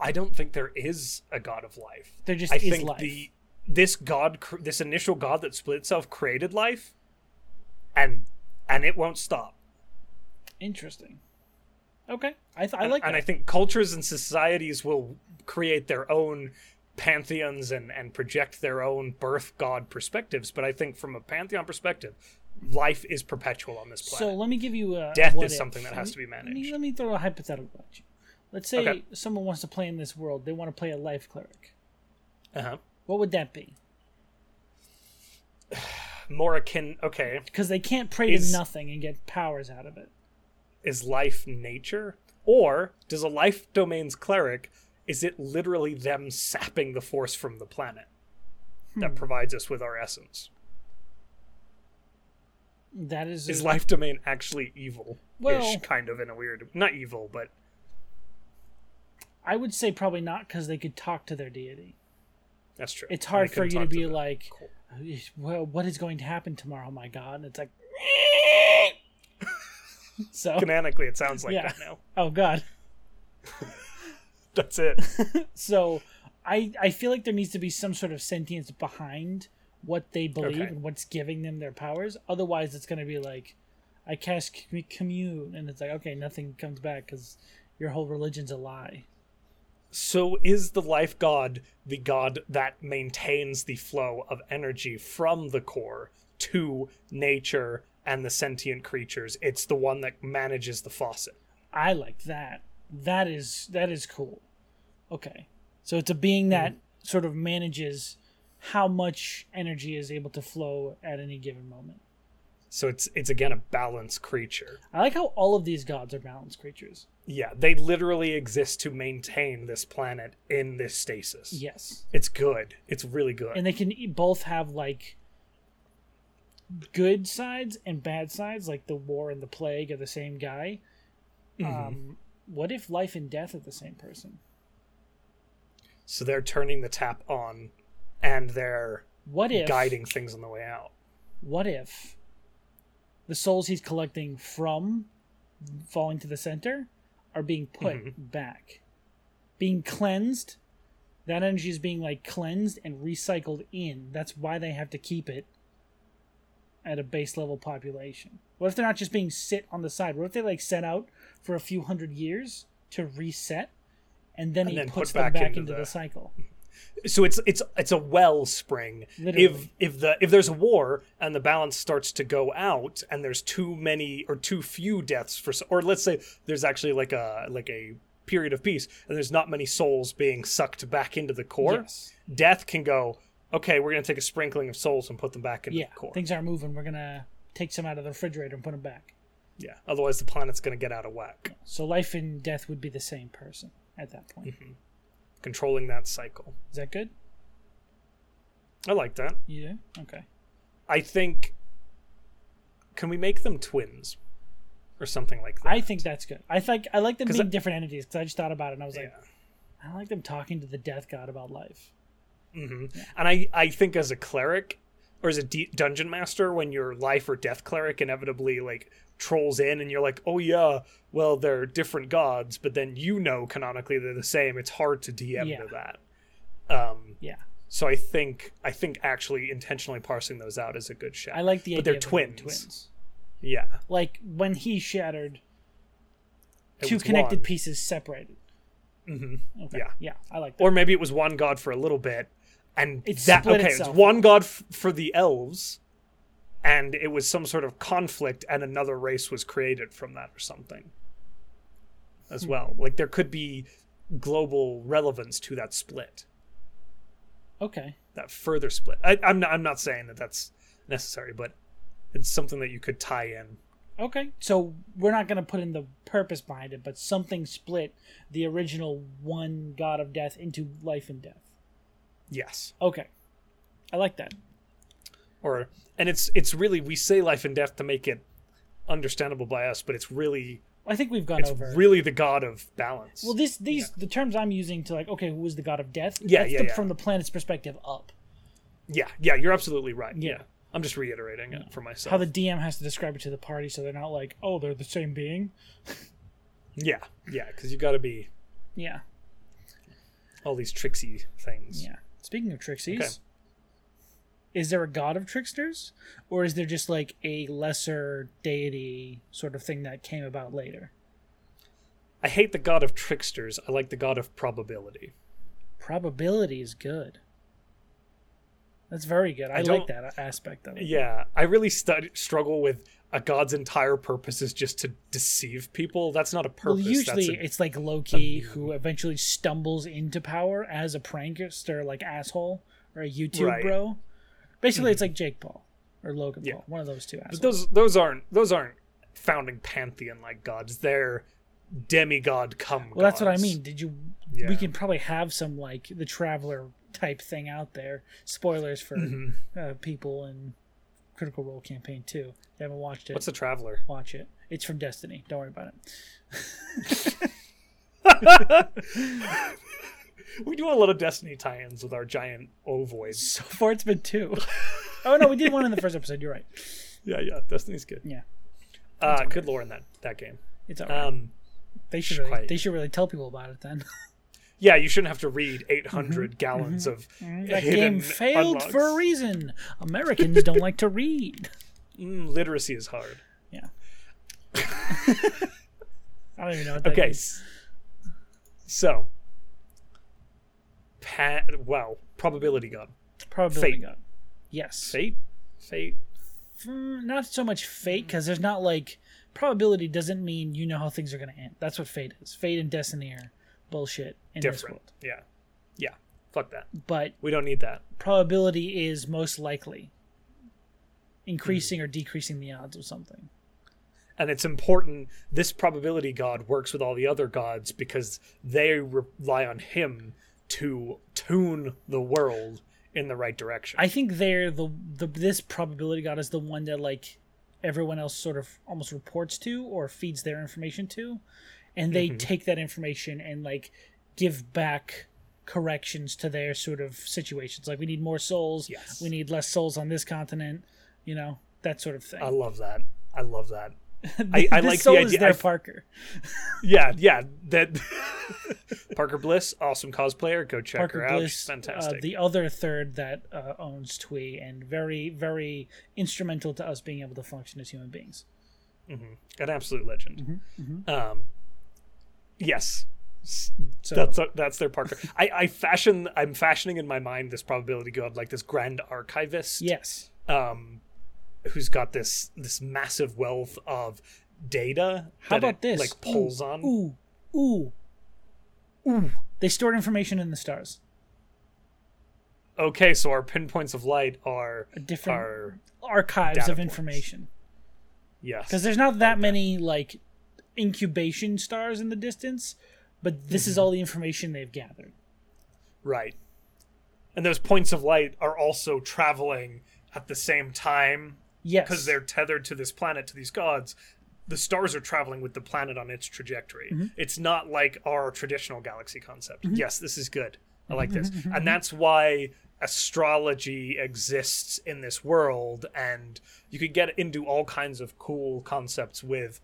Speaker 2: i don't think there is a god of life
Speaker 1: there just
Speaker 2: i
Speaker 1: is
Speaker 2: think
Speaker 1: life.
Speaker 2: the this god cr- this initial god that split itself created life and and it won't stop
Speaker 1: Interesting. Okay, I, th- I like
Speaker 2: and
Speaker 1: that.
Speaker 2: i think cultures and societies will create their own pantheons and and project their own birth god perspectives but i think from a pantheon perspective life is perpetual on this planet
Speaker 1: So let me give you a
Speaker 2: Death
Speaker 1: what
Speaker 2: is
Speaker 1: if.
Speaker 2: something that has to be
Speaker 1: Let me-
Speaker 2: managed.
Speaker 1: Let me throw a hypothetical at you. Let's say
Speaker 2: Okay.
Speaker 1: someone wants to play in this world. They want to play a life cleric.
Speaker 2: Uh-huh.
Speaker 1: What would that be?
Speaker 2: More akin. Okay,
Speaker 1: Because they can't pray
Speaker 2: Is-
Speaker 1: to nothing and get powers out of it.
Speaker 2: is life nature, or does a life domain's cleric? Is it literally them sapping the force from the planet that
Speaker 1: Hmm.
Speaker 2: provides us with our essence?
Speaker 1: That is,
Speaker 2: Is life domain actually evil?
Speaker 1: Well-
Speaker 2: kind of in a weird, not evil, but
Speaker 1: I would say probably not because they could talk to their deity.
Speaker 2: that's true.
Speaker 1: It's hard
Speaker 2: They
Speaker 1: for
Speaker 2: can
Speaker 1: you to
Speaker 2: talk
Speaker 1: be
Speaker 2: them.
Speaker 1: like,
Speaker 2: Cool.
Speaker 1: well, what is going to happen tomorrow, my god? And
Speaker 2: *laughs*
Speaker 1: it's like, *laughs* so
Speaker 2: Canonically, it sounds like
Speaker 1: "Oh." Yeah.
Speaker 2: that now. *laughs*
Speaker 1: oh god.
Speaker 2: That's it.
Speaker 1: So I I feel like there needs to be some sort of sentience behind what they believe
Speaker 2: Okay.
Speaker 1: and what's giving them their powers. Otherwise, it's going to be like I cast c- commune, and it's like okay, nothing comes back because your whole religion's a lie.
Speaker 2: So is the life god the god that maintains the flow of energy from the core to nature and the sentient creatures? It's the one that manages the faucet.
Speaker 1: I like that. That is that is cool. Okay, so it's a being that sort of manages how much energy is able to flow at any given moment.
Speaker 2: So it's it's again a balanced creature.
Speaker 1: I like how all of these gods are balanced creatures.
Speaker 2: Yeah, they literally exist to maintain this planet in this stasis.
Speaker 1: Yes.
Speaker 2: It's good. It's really good.
Speaker 1: and they can e- both have like good sides and bad sides like the war and the plague are the same guy
Speaker 2: Mm-hmm.
Speaker 1: Um, what if life and death are the same person?
Speaker 2: So they're turning the tap on and they're
Speaker 1: What if
Speaker 2: guiding things on the way out.
Speaker 1: What if the souls he's collecting from falling to the center are being put
Speaker 2: Mm-hmm.
Speaker 1: back, being cleansed? That energy is being like cleansed and recycled in. That's why they have to keep it at a base level population. What if they're not just being sit on the side? What if they like set out for a few hundred years to reset, and then
Speaker 2: And
Speaker 1: he
Speaker 2: then put
Speaker 1: puts them
Speaker 2: back
Speaker 1: back into,
Speaker 2: into
Speaker 1: the,
Speaker 2: the-
Speaker 1: cycle?
Speaker 2: So it's it's it's a wellspring. If
Speaker 1: Literally.
Speaker 2: if the if there's a war and the balance starts to go out and there's too many or too few deaths for s- or let's say there's actually like a like a period of peace and there's not many souls being sucked back into the core,
Speaker 1: Yes.
Speaker 2: death can go, okay, we're going to take a sprinkling of souls and put them back into
Speaker 1: Yeah,
Speaker 2: the core.
Speaker 1: things aren't moving. We're gonna take some out of the refrigerator and put them back.
Speaker 2: yeah. Otherwise the planet's going to get out of whack.
Speaker 1: So life and death would be the same person at that point.
Speaker 2: Mm-hmm. Controlling that cycle.
Speaker 1: Is that good?
Speaker 2: I like that.
Speaker 1: Yeah. Okay.
Speaker 2: I think. Can we make them twins, or something like that?
Speaker 1: I think that's good. I think I like them
Speaker 2: 'Cause
Speaker 1: being
Speaker 2: I-
Speaker 1: different entities because I just thought about it and I was like,
Speaker 2: Yeah.
Speaker 1: I like them talking to the death god about life.
Speaker 2: Mhm. And I, I think as a cleric, or as a d- dungeon master, when your life or death cleric inevitably like trolls in, and you're like, oh yeah, well they're different gods, but then you know canonically they're the same. It's hard to DM
Speaker 1: Yeah.
Speaker 2: to that. Um,
Speaker 1: Yeah,
Speaker 2: so I think I think actually intentionally parsing those out is a good shout.
Speaker 1: I like the
Speaker 2: But
Speaker 1: idea.
Speaker 2: they're
Speaker 1: of them being
Speaker 2: twins.
Speaker 1: Twins.
Speaker 2: yeah,
Speaker 1: Like when he shattered,
Speaker 2: It
Speaker 1: two
Speaker 2: was
Speaker 1: connected
Speaker 2: one.
Speaker 1: pieces separated. Mm-hmm. Okay.
Speaker 2: Yeah.
Speaker 1: Yeah. I like that.
Speaker 2: or maybe it was one god for a little bit and
Speaker 1: It
Speaker 2: that
Speaker 1: split
Speaker 2: okay
Speaker 1: itself.
Speaker 2: it's one god f- for the elves and it was some sort of conflict and another race was created from that or something as
Speaker 1: Hmm.
Speaker 2: well like there could be global relevance to that split
Speaker 1: okay.
Speaker 2: that further split I, I'm, not, I'm not saying that that's necessary but it's something that you could tie in
Speaker 1: Okay. So we're not going to put in the purpose behind it, but something split the original one god of death into life and death.
Speaker 2: yes
Speaker 1: Okay. I like that.
Speaker 2: or and it's it's really we say life and death to make it understandable by us but it's really
Speaker 1: I think we've gone
Speaker 2: it's
Speaker 1: over.
Speaker 2: really the god of balance
Speaker 1: well, this these the terms I'm using to like okay, who is the god of death?
Speaker 2: Yeah,
Speaker 1: that's
Speaker 2: yeah,
Speaker 1: the,
Speaker 2: yeah.
Speaker 1: From the planet's perspective up,
Speaker 2: Yeah, yeah, you're absolutely right.
Speaker 1: Yeah.
Speaker 2: Yeah. I'm just reiterating it for myself.
Speaker 1: how the DM has to describe it to the party, so they're not like, oh, they're the same being.
Speaker 2: yeah, yeah, because you got to be
Speaker 1: Yeah,
Speaker 2: all these tricksy things.
Speaker 1: yeah. Speaking of trixies, is there a god of tricksters, or is there just like a lesser deity sort of thing that came about later?
Speaker 2: I hate the god of tricksters. I like the god of probability.
Speaker 1: Probability is good. That's very good. I, like
Speaker 2: don't-
Speaker 1: that aspect of it.
Speaker 2: Yeah, I really stud struggle with a god's entire purpose is just to deceive people. That's not a purpose.
Speaker 1: Well, usually
Speaker 2: That's a,
Speaker 1: it's like Loki who eventually stumbles into power as a prankster, like asshole or a YouTube
Speaker 2: Right. Hmm.
Speaker 1: bro. Basically, it's like Jake Paul or Logan
Speaker 2: Yeah.
Speaker 1: Paul, one of those two assholes.
Speaker 2: but those those aren't those aren't founding pantheon like gods. They're demigod come.
Speaker 1: well, that's what I
Speaker 2: gods.
Speaker 1: mean. Did you?
Speaker 2: Yeah.
Speaker 1: We can probably have some like the traveler type thing out there. Spoilers for
Speaker 2: Mm-hmm.
Speaker 1: uh, people in Critical Role campaign too. If you haven't watched it,
Speaker 2: What's the traveler?
Speaker 1: watch it. It's from Destiny. Don't worry about it.
Speaker 2: *laughs* We do a lot of destiny tie-ins with our giant
Speaker 1: *laughs*
Speaker 2: ovoids.
Speaker 1: So far, it's been two.
Speaker 2: *laughs*
Speaker 1: oh no, we did one in the first episode. You're right.
Speaker 2: Yeah, yeah, destiny's good.
Speaker 1: Yeah,
Speaker 2: Uh, good lore in that that game.
Speaker 1: it's alright.
Speaker 2: Um,
Speaker 1: They should really,
Speaker 2: quite-
Speaker 1: they should really tell people about it then.
Speaker 2: yeah, you shouldn't have to read
Speaker 1: Mm-hmm.
Speaker 2: 800 gallons of
Speaker 1: *laughs* that
Speaker 2: hidden
Speaker 1: game failed
Speaker 2: unlocks.
Speaker 1: for a reason. Americans don't like to read.
Speaker 2: Mm, literacy is hard.
Speaker 1: Yeah. *laughs* I don't even know. What that
Speaker 2: Okay,
Speaker 1: means.
Speaker 2: s- so pat wow probability god
Speaker 1: probability
Speaker 2: fate.
Speaker 1: god. Yes,
Speaker 2: fate fate
Speaker 1: Mm, not so much fate because there's not like probability doesn't mean you know how things are going to end. That's what fate is. Fate and destiny are bullshit in this
Speaker 2: different
Speaker 1: world.
Speaker 2: yeah yeah fuck that
Speaker 1: But
Speaker 2: we don't need that
Speaker 1: probability is most likely increasing or decreasing the odds of something.
Speaker 2: and it's important this probability god works with all the other gods because they rely on him to tune the world in the right direction
Speaker 1: I think they're the the this probability god is the one that like everyone else sort of almost reports to or feeds their information to and they
Speaker 2: Mhm.
Speaker 1: take that information and like give back corrections to their sort of situations like we need more souls
Speaker 2: Yes.
Speaker 1: we need less souls on this continent you know that sort of thing *laughs*
Speaker 2: I love that. I love that. I, I
Speaker 1: This
Speaker 2: like
Speaker 1: soul
Speaker 2: the
Speaker 1: is
Speaker 2: idea.
Speaker 1: their
Speaker 2: I
Speaker 1: parker
Speaker 2: yeah, yeah. That *laughs* Parker Bliss, awesome cosplayer. Go check
Speaker 1: Parker
Speaker 2: her out. She's
Speaker 1: Bliss,
Speaker 2: fantastic.
Speaker 1: Uh, the other third that uh, owns Twee and very, very instrumental to us being able to function as human beings.
Speaker 2: Mm-hmm. An absolute legend.
Speaker 1: mhm.
Speaker 2: Um, yes, S-
Speaker 1: So
Speaker 2: that's uh, that's their Parker. I, I fashion. I'm fashioning in my mind this probability god, like this grand archivist.
Speaker 1: yes,
Speaker 2: um, who's got this this massive wealth of data
Speaker 1: How
Speaker 2: that
Speaker 1: about
Speaker 2: it,
Speaker 1: this?
Speaker 2: like pulls on
Speaker 1: ooh, ooh, ooh. They stored information in the stars.
Speaker 2: okay so our pinpoints of light are
Speaker 1: A different
Speaker 2: are
Speaker 1: archives
Speaker 2: data
Speaker 1: of
Speaker 2: points.
Speaker 1: information
Speaker 2: yes
Speaker 1: because there's not that many like incubation stars in the distance, but
Speaker 2: Hmm.
Speaker 1: this is all the information they've gathered.
Speaker 2: right and those points of light are also traveling at the same time
Speaker 1: Yes,
Speaker 2: because they're tethered to this planet to these gods the stars are traveling with the planet on its trajectory
Speaker 1: Mm-hmm.
Speaker 2: it's not like our traditional galaxy concept yes this is good i like
Speaker 1: Mm-hmm,
Speaker 2: this and that's why astrology exists in this world and you could get into all kinds of cool concepts with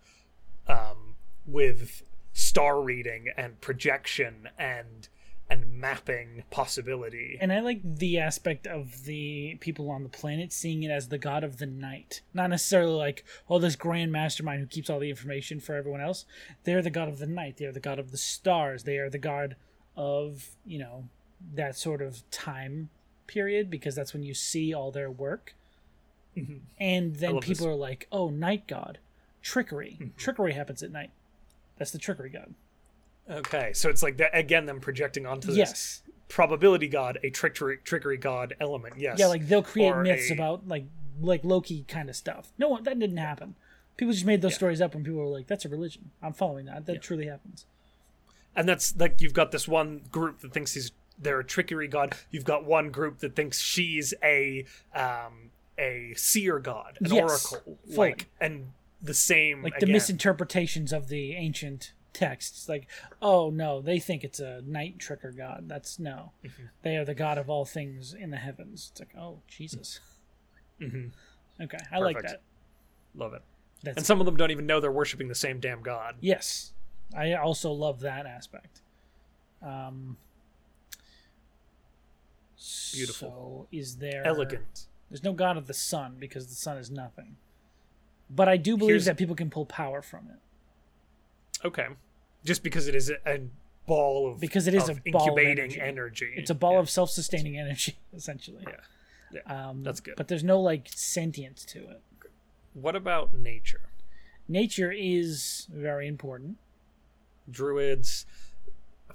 Speaker 2: um, with star reading and projection and and mapping possibility
Speaker 1: And I like the aspect of the people on the planet seeing it as the god of the night. Not necessarily like, oh, this grand mastermind who keeps all the information for everyone else. They're the god of the night. They are the god of the stars. They are the god of, you know, that sort of time period because that's when you see all their work. And then
Speaker 2: Mm-hmm.
Speaker 1: people
Speaker 2: love this. Mm-hmm.
Speaker 1: are like, oh, night god. Trickery. Trickery happens at night. That's the trickery god.
Speaker 2: okay so it's like that again them projecting onto this
Speaker 1: Yes.
Speaker 2: probability god, a trickery, trickery god element. Yes.
Speaker 1: Yeah, like they'll create
Speaker 2: Or
Speaker 1: myths
Speaker 2: a-
Speaker 1: about like like Loki kind of stuff. No one that didn't happen. People just made those stories up, and people were like, "That's a religion. I'm following that. That truly happens."
Speaker 2: and that's like you've got this one group that thinks he's they're a trickery god. You've got one group that thinks she's a um a seer god, an
Speaker 1: Yes,
Speaker 2: oracle,
Speaker 1: fully.
Speaker 2: like and the same
Speaker 1: Like the
Speaker 2: Mm, again.
Speaker 1: misinterpretations of the ancient texts. Like, oh no, they think it's a night tricker god. That's no.
Speaker 2: Mm-hmm.
Speaker 1: They are the god of all things in the heavens. It's like, oh
Speaker 2: *laughs*
Speaker 1: Jesus. Okay, I like
Speaker 2: Perfect.
Speaker 1: that.
Speaker 2: Mm-hmm. Love it.
Speaker 1: That's
Speaker 2: And some of them don't even know they're worshiping the same damn god.
Speaker 1: Yes, I also love that aspect. Um,
Speaker 2: Beautiful.
Speaker 1: So is there
Speaker 2: Elegant.
Speaker 1: There's no god of the sun because the sun is nothing. But I do believe
Speaker 2: Here's-
Speaker 1: that people can pull power from it
Speaker 2: Okay. Just because it is a, a ball of
Speaker 1: Because it is
Speaker 2: of
Speaker 1: a ball of
Speaker 2: incubating
Speaker 1: energy. It's a
Speaker 2: a
Speaker 1: ball of self-sustaining energy, *laughs* essentially.
Speaker 2: Yeah.
Speaker 1: Um,
Speaker 2: That's good.
Speaker 1: But there's no like sentience to it.
Speaker 2: what about nature?
Speaker 1: Nature is very important.
Speaker 2: druids,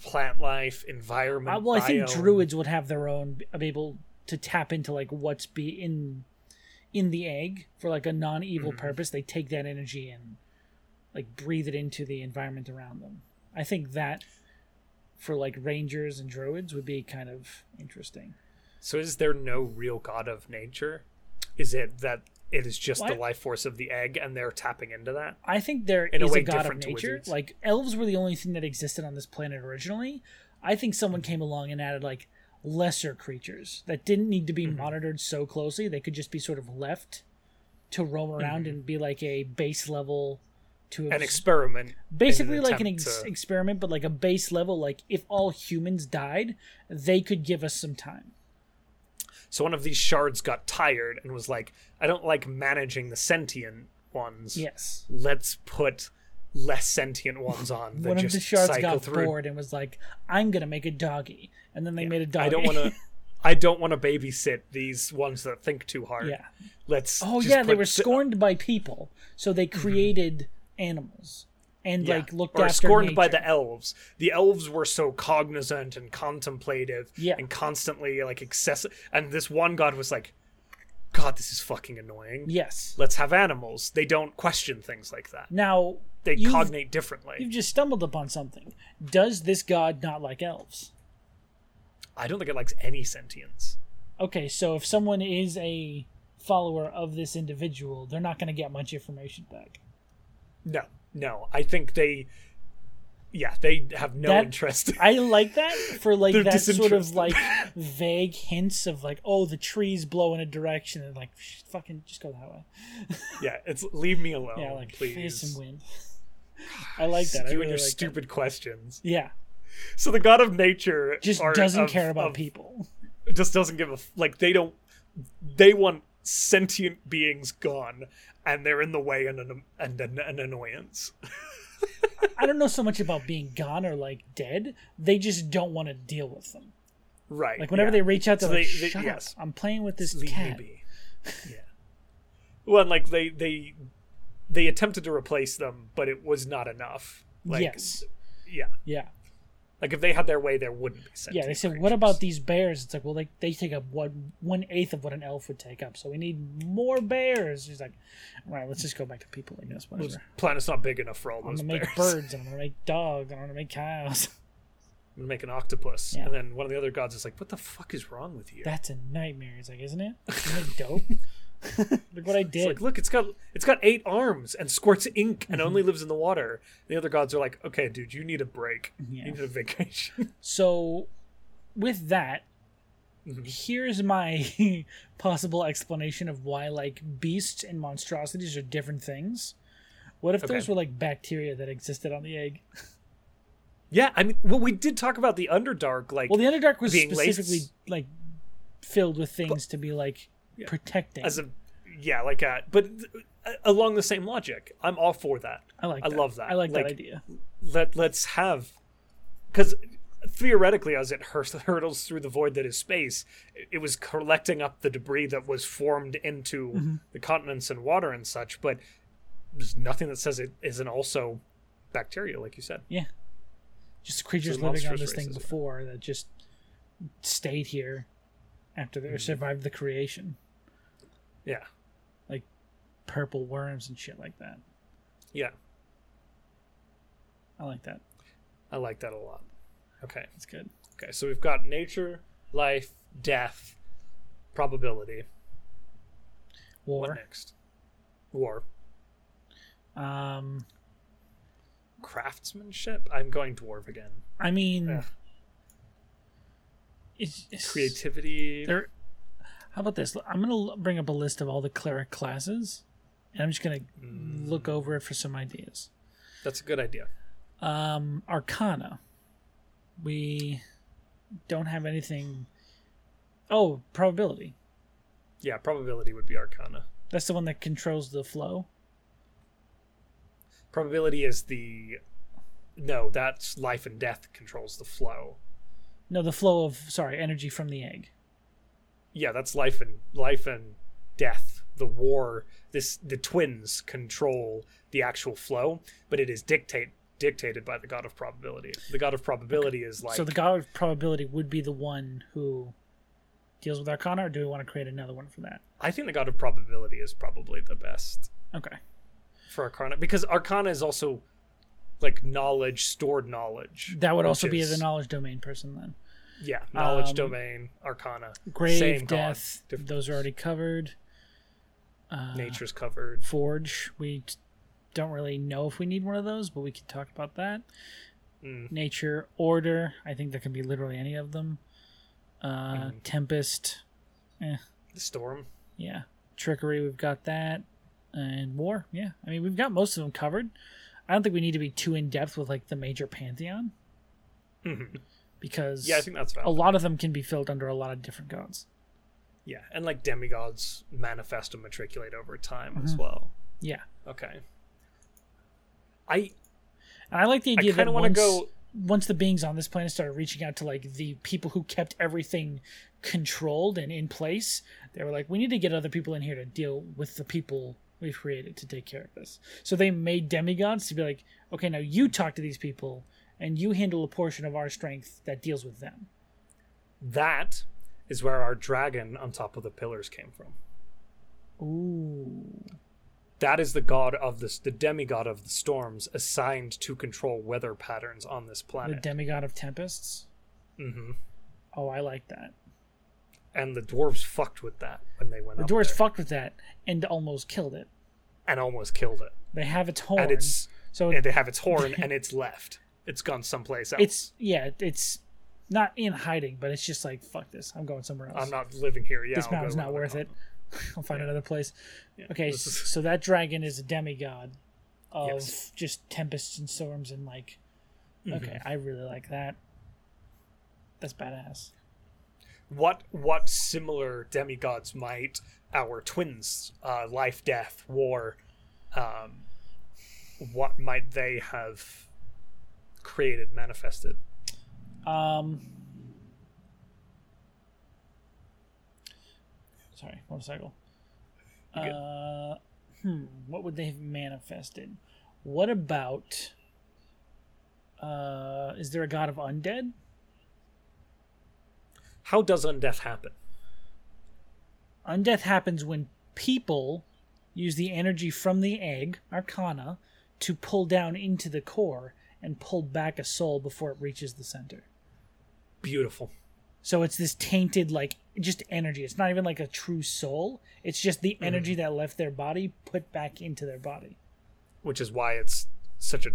Speaker 2: plant life, environment.
Speaker 1: Uh, well, I think
Speaker 2: biome.
Speaker 1: druids would have their own be able to tap into like what's be in in the egg for like a non-evil purpose. They take that energy and like breathe it into the environment around them. I think that for like rangers and druids would be kind of interesting.
Speaker 2: So, is there no real god of nature? Is it that it is just the
Speaker 1: What?
Speaker 2: life force of the egg, and they're tapping into that?
Speaker 1: I think there is
Speaker 2: In a
Speaker 1: a,
Speaker 2: way
Speaker 1: god of
Speaker 2: different to
Speaker 1: nature.
Speaker 2: wizards.
Speaker 1: Like elves were the only thing that existed on this planet originally. I think someone came along and added like lesser creatures that didn't need to be
Speaker 2: Mm-hmm.
Speaker 1: monitored so closely. They could just be sort of left to roam around and be like a base level to
Speaker 2: Mm-hmm.
Speaker 1: ex-
Speaker 2: An experiment, in
Speaker 1: basically like an
Speaker 2: attempt
Speaker 1: ex-
Speaker 2: to-
Speaker 1: experiment, but like a base level. Like if all humans died, they could give us some time.
Speaker 2: so one of these shards got tired and was like, "I don't like managing the sentient ones.
Speaker 1: Yes.
Speaker 2: Let's put less sentient ones on that
Speaker 1: One of
Speaker 2: just
Speaker 1: the shards
Speaker 2: cycle
Speaker 1: got
Speaker 2: through
Speaker 1: bored and was like, "I'm gonna make a doggy," and then they made a doggy.
Speaker 2: I don't want to. I don't want to babysit these ones that think too
Speaker 1: *laughs*
Speaker 2: hard.
Speaker 1: Yeah.
Speaker 2: Let's.
Speaker 1: Oh
Speaker 2: just
Speaker 1: yeah, they
Speaker 2: put uh,
Speaker 1: were
Speaker 2: si-
Speaker 1: scorned by people, so they created animals and
Speaker 2: Yeah.
Speaker 1: like looked
Speaker 2: or
Speaker 1: after
Speaker 2: scorned by
Speaker 1: nature.
Speaker 2: the elves. The elves were so cognizant and contemplative
Speaker 1: Yeah.
Speaker 2: and constantly like excessive. And this one god was like, "God, this is fucking annoying.
Speaker 1: Yes.
Speaker 2: Let's have animals. They don't question things like that.
Speaker 1: Now
Speaker 2: They
Speaker 1: you've,
Speaker 2: cognate differently.
Speaker 1: you've just stumbled upon something. Does this god not like elves?
Speaker 2: I don't think it likes any sentience.
Speaker 1: Okay, so if someone is a follower of this individual, they're not going to get much information back.
Speaker 2: No, no. I think they, yeah, they have no
Speaker 1: That-
Speaker 2: interest.
Speaker 1: *laughs* I like that for like
Speaker 2: They're
Speaker 1: that sort of
Speaker 2: disinterested.
Speaker 1: like vague hints of like, oh, the trees blow in a direction, and like, "Shh, fucking, just go that way.
Speaker 2: *laughs* yeah, it's leave me alone,
Speaker 1: yeah, like
Speaker 2: Oh, please.
Speaker 1: face and wind. *laughs* I like that. I
Speaker 2: You
Speaker 1: really
Speaker 2: and your
Speaker 1: like that.
Speaker 2: stupid questions.
Speaker 1: Yeah,
Speaker 2: So the god of nature
Speaker 1: just
Speaker 2: are
Speaker 1: doesn't
Speaker 2: of-
Speaker 1: care about
Speaker 2: of-
Speaker 1: people. *laughs*
Speaker 2: Just doesn't give a f- like. They don't. They want sentient beings gone, and they're in the way and an and an, an annoyance. *laughs*
Speaker 1: I don't know so much about being gone or like dead. They just don't want to deal with them.
Speaker 2: Right.
Speaker 1: Like whenever
Speaker 2: yeah.
Speaker 1: they reach out, they're
Speaker 2: So
Speaker 1: like,
Speaker 2: they- they-
Speaker 1: "Shut
Speaker 2: yes.
Speaker 1: up! I'm playing with this
Speaker 2: leave
Speaker 1: cat."
Speaker 2: me be. Yeah. Well, and, like they they they attempted to replace them, but it was not enough. Like,
Speaker 1: yes.
Speaker 2: Yeah.
Speaker 1: Yeah.
Speaker 2: Like if they had their way, there wouldn't be.
Speaker 1: Yeah.
Speaker 2: Sentient
Speaker 1: They said,
Speaker 2: creatures.
Speaker 1: "What about these bears?" It's like, well, they they take up one one eighth of what an elf would take up, so we need more bears. He's like, "All right, let's just go back to people. I guess
Speaker 2: Well, this
Speaker 1: whatever.
Speaker 2: planet's not big enough for all
Speaker 1: I'm
Speaker 2: those
Speaker 1: gonna
Speaker 2: bears.
Speaker 1: make birds. and I'm gonna make dogs. and I'm gonna make cows.
Speaker 2: I'm gonna *laughs* make an octopus,
Speaker 1: Yeah.
Speaker 2: and then one of the other gods is like, "What the fuck is wrong with you?"
Speaker 1: That's a nightmare." He's like,
Speaker 2: *laughs*
Speaker 1: "Isn't it? Isn't it dope? Look what I
Speaker 2: it's
Speaker 1: did."
Speaker 2: like, look, it's got it's got eight arms and squirts ink and only lives in the water. And the other gods are like, "Okay, dude, you need a break.
Speaker 1: Yeah.
Speaker 2: You need a vacation." *laughs*
Speaker 1: So, with that,
Speaker 2: Mhm.
Speaker 1: here's my *laughs* possible explanation of why like beasts and monstrosities are different things. What if
Speaker 2: Okay.
Speaker 1: those were like bacteria that existed on the egg?
Speaker 2: yeah, I mean, well, we did talk about the Underdark, like
Speaker 1: Well, the Underdark was
Speaker 2: Being laced-
Speaker 1: specifically like filled with things to be like
Speaker 2: Yeah.
Speaker 1: protecting.
Speaker 2: as a yeah, like a but th- uh, along the same logic. I'm all for that.
Speaker 1: I like.
Speaker 2: I
Speaker 1: that.
Speaker 2: love that.
Speaker 1: I like,
Speaker 2: Like,
Speaker 1: that idea.
Speaker 2: let let's have because theoretically as it hur- *laughs* hurtles through the void that is space it, it was collecting up the debris that was formed into
Speaker 1: Mm-hmm.
Speaker 2: the continents and water and such but there's nothing that says it isn't also bacteria like you said
Speaker 1: Just creatures
Speaker 2: So
Speaker 1: living on
Speaker 2: monstrous
Speaker 1: this thing
Speaker 2: races, yeah.
Speaker 1: before that just stayed here after
Speaker 2: Mm-hmm.
Speaker 1: they or survived the creation.
Speaker 2: yeah
Speaker 1: Purple worms and shit like that.
Speaker 2: yeah
Speaker 1: I like that.
Speaker 2: i like that a lot okay
Speaker 1: That's good.
Speaker 2: okay so we've got nature life death probability what
Speaker 1: War.
Speaker 2: next war
Speaker 1: Um,
Speaker 2: craftsmanship i'm going dwarf again
Speaker 1: I mean,
Speaker 2: Yeah.
Speaker 1: it's, it's
Speaker 2: creativity
Speaker 1: There. How about this? I'm gonna l- bring up a list of all the cleric classes, and I'm just gonna
Speaker 2: Mm.
Speaker 1: look over it for some ideas.
Speaker 2: that's a good idea
Speaker 1: Um, Arcana. We don't have anything. Oh, probability.
Speaker 2: yeah probability would be arcana
Speaker 1: That's the one that controls the flow.
Speaker 2: probability is the no that's life and death controls the flow
Speaker 1: No, the flow of sorry energy from the egg.
Speaker 2: yeah that's life and life and death the war this the twins control the actual flow but it is dictate dictated by the god of probability the god of probability is like
Speaker 1: so the god of probability would be the one who deals with Arcana, or do we want to create another one for that?
Speaker 2: i think the god of probability is probably the best
Speaker 1: Okay.
Speaker 2: for arcana because arcana is also like knowledge stored knowledge
Speaker 1: That would
Speaker 2: which
Speaker 1: also be
Speaker 2: is-
Speaker 1: the knowledge domain person then.
Speaker 2: yeah knowledge
Speaker 1: um,
Speaker 2: domain arcana
Speaker 1: Grave,
Speaker 2: same god,
Speaker 1: death,
Speaker 2: different
Speaker 1: those are already covered. Uh,
Speaker 2: nature's covered
Speaker 1: Forge, we t- don't really know if we need one of those, but we can talk about that.
Speaker 2: Mm.
Speaker 1: Nature, Order, I think there can be literally any of them. Uh,
Speaker 2: Mm-hmm.
Speaker 1: Tempest,
Speaker 2: the storm
Speaker 1: yeah. Trickery, we've got that. And War, yeah. I mean, we've got most of them covered. I don't think we need to be too in depth with like the major pantheon
Speaker 2: Mhm.
Speaker 1: because
Speaker 2: yeah i think that's valid.
Speaker 1: a lot of them can be filled under a lot of different gods.
Speaker 2: Yeah, and like demigods manifest and matriculate over time as well.
Speaker 1: Mm-hmm. Yeah.
Speaker 2: Okay. I
Speaker 1: And I like the
Speaker 2: I
Speaker 1: idea
Speaker 2: kind
Speaker 1: that
Speaker 2: of want to
Speaker 1: once,
Speaker 2: go.
Speaker 1: once the beings on this planet started reaching out to like the people who kept everything controlled and in place, they were like, "We need to get other people in here to deal with the people we've created to take care of this." So they made demigods to be like, "Okay, now you talk to these people, and you handle a portion of our strength that deals with them."
Speaker 2: That is where our dragon on top of the pillars came from.
Speaker 1: Ooh,
Speaker 2: That is the god of this, the demigod of the storms, assigned to control weather patterns on this
Speaker 1: the
Speaker 2: planet.
Speaker 1: demigod of tempests.
Speaker 2: hmm
Speaker 1: Oh, I like that.
Speaker 2: and the dwarves fucked with that when they went
Speaker 1: The
Speaker 2: up
Speaker 1: dwarves
Speaker 2: there
Speaker 1: fucked with that and almost killed it.
Speaker 2: and almost killed it.
Speaker 1: They have its horn.
Speaker 2: And it's
Speaker 1: so
Speaker 2: and they have its horn and it's left. It's gone someplace
Speaker 1: *laughs*
Speaker 2: else.
Speaker 1: it's yeah, it's not in hiding, but it's just like fuck this. I'm going somewhere else.
Speaker 2: I'm not living here. Yeah,
Speaker 1: this
Speaker 2: I'll go
Speaker 1: mountain's not
Speaker 2: another
Speaker 1: worth it.
Speaker 2: mountain.
Speaker 1: *laughs* I'll find another place. okay,
Speaker 2: this
Speaker 1: s-
Speaker 2: is-
Speaker 1: so that dragon is a demigod of
Speaker 2: Yes.
Speaker 1: just tempests and storms and like.
Speaker 2: Mm-hmm.
Speaker 1: Okay, I really like that. That's badass.
Speaker 2: What what similar demigods might our twins, uh, life, death, war, um, what might they have created, manifested?
Speaker 1: Um, sorry, motorcycle.
Speaker 2: You good?
Speaker 1: Uh, hmm, what would they have manifested? What about? Uh, is there a god of undead?
Speaker 2: How does undeath happen?
Speaker 1: Undeath happens when people use the energy from the egg, Arcana, to pull down into the core and pull back a soul before it reaches the center.
Speaker 2: Beautiful.
Speaker 1: So it's this tainted, like, just energy. It's not even like a true soul. It's just
Speaker 2: Mm-hmm.
Speaker 1: the energy that left their body put back into their body.
Speaker 2: Which is why it's such a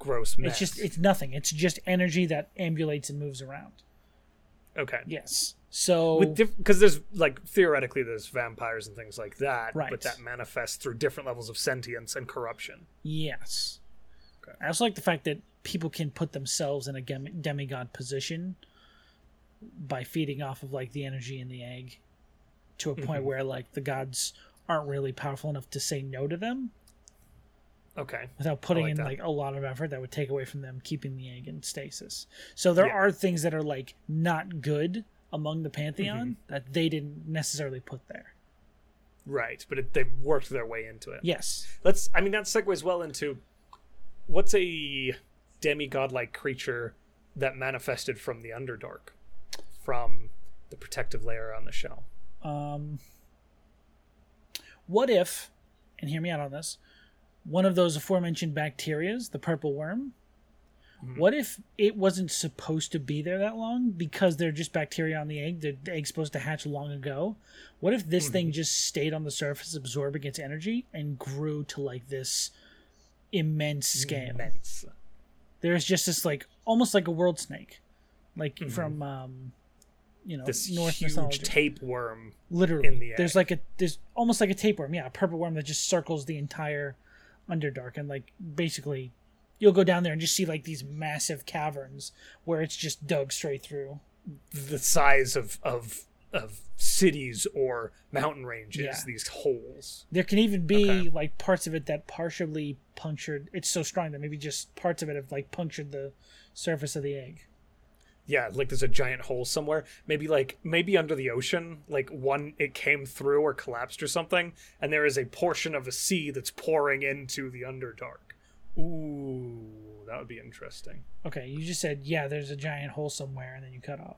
Speaker 2: gross mess.
Speaker 1: It's just, it's nothing. It's just energy that ambulates and moves around.
Speaker 2: okay.
Speaker 1: Yes. So,
Speaker 2: With because there's like theoretically there's vampires and things like that,
Speaker 1: Right.
Speaker 2: but that manifests through different levels of sentience and corruption.
Speaker 1: yes.
Speaker 2: Okay.
Speaker 1: I also like the fact that people can put themselves in a gem- demigod position by feeding off of, like, the energy in the egg to a
Speaker 2: Mm-hmm.
Speaker 1: point where, like, the gods aren't really powerful enough to say no to them.
Speaker 2: Okay.
Speaker 1: without putting
Speaker 2: like
Speaker 1: in
Speaker 2: that.
Speaker 1: like a lot of effort that would take away from them keeping the egg in stasis. So there
Speaker 2: Yeah.
Speaker 1: are things that are like not good among the pantheon
Speaker 2: Mm-hmm.
Speaker 1: that they didn't necessarily put there.
Speaker 2: Right, but it, they worked their way into it.
Speaker 1: Yes.
Speaker 2: Let's. I mean, that segues well into what's a demigod-like creature that manifested from the Underdark, from the protective layer on the shell.
Speaker 1: Um what if and hear me out on this one of those aforementioned bacterias the purple worm
Speaker 2: Mm-hmm.
Speaker 1: what if it wasn't supposed to be there that long because they're just bacteria on the egg the the egg's supposed to hatch long ago what if this
Speaker 2: Mm-hmm.
Speaker 1: thing just stayed on the surface absorbing its energy and grew to like this immense scale
Speaker 2: Immense.
Speaker 1: there's just this like almost like a world snake like from um you know
Speaker 2: Mm-hmm. This
Speaker 1: north
Speaker 2: huge
Speaker 1: mythology
Speaker 2: tapeworm.
Speaker 1: literally
Speaker 2: in the
Speaker 1: there's like
Speaker 2: egg.
Speaker 1: a there's almost like a tapeworm yeah a purple worm that just circles the entire underdark and like basically you'll go down there and just see like these massive caverns where it's just dug straight through
Speaker 2: the size of of of cities or mountain ranges
Speaker 1: Yeah.
Speaker 2: these holes
Speaker 1: there can even be
Speaker 2: Okay.
Speaker 1: like parts of it that partially punctured it's so strong that maybe just parts of it have like punctured the surface of the egg
Speaker 2: yeah like there's a giant hole somewhere maybe like maybe under the ocean like one it came through or collapsed or something and there is a portion of a sea that's pouring into the underdark ooh that would be interesting
Speaker 1: okay you just said yeah there's a giant hole somewhere and then you cut off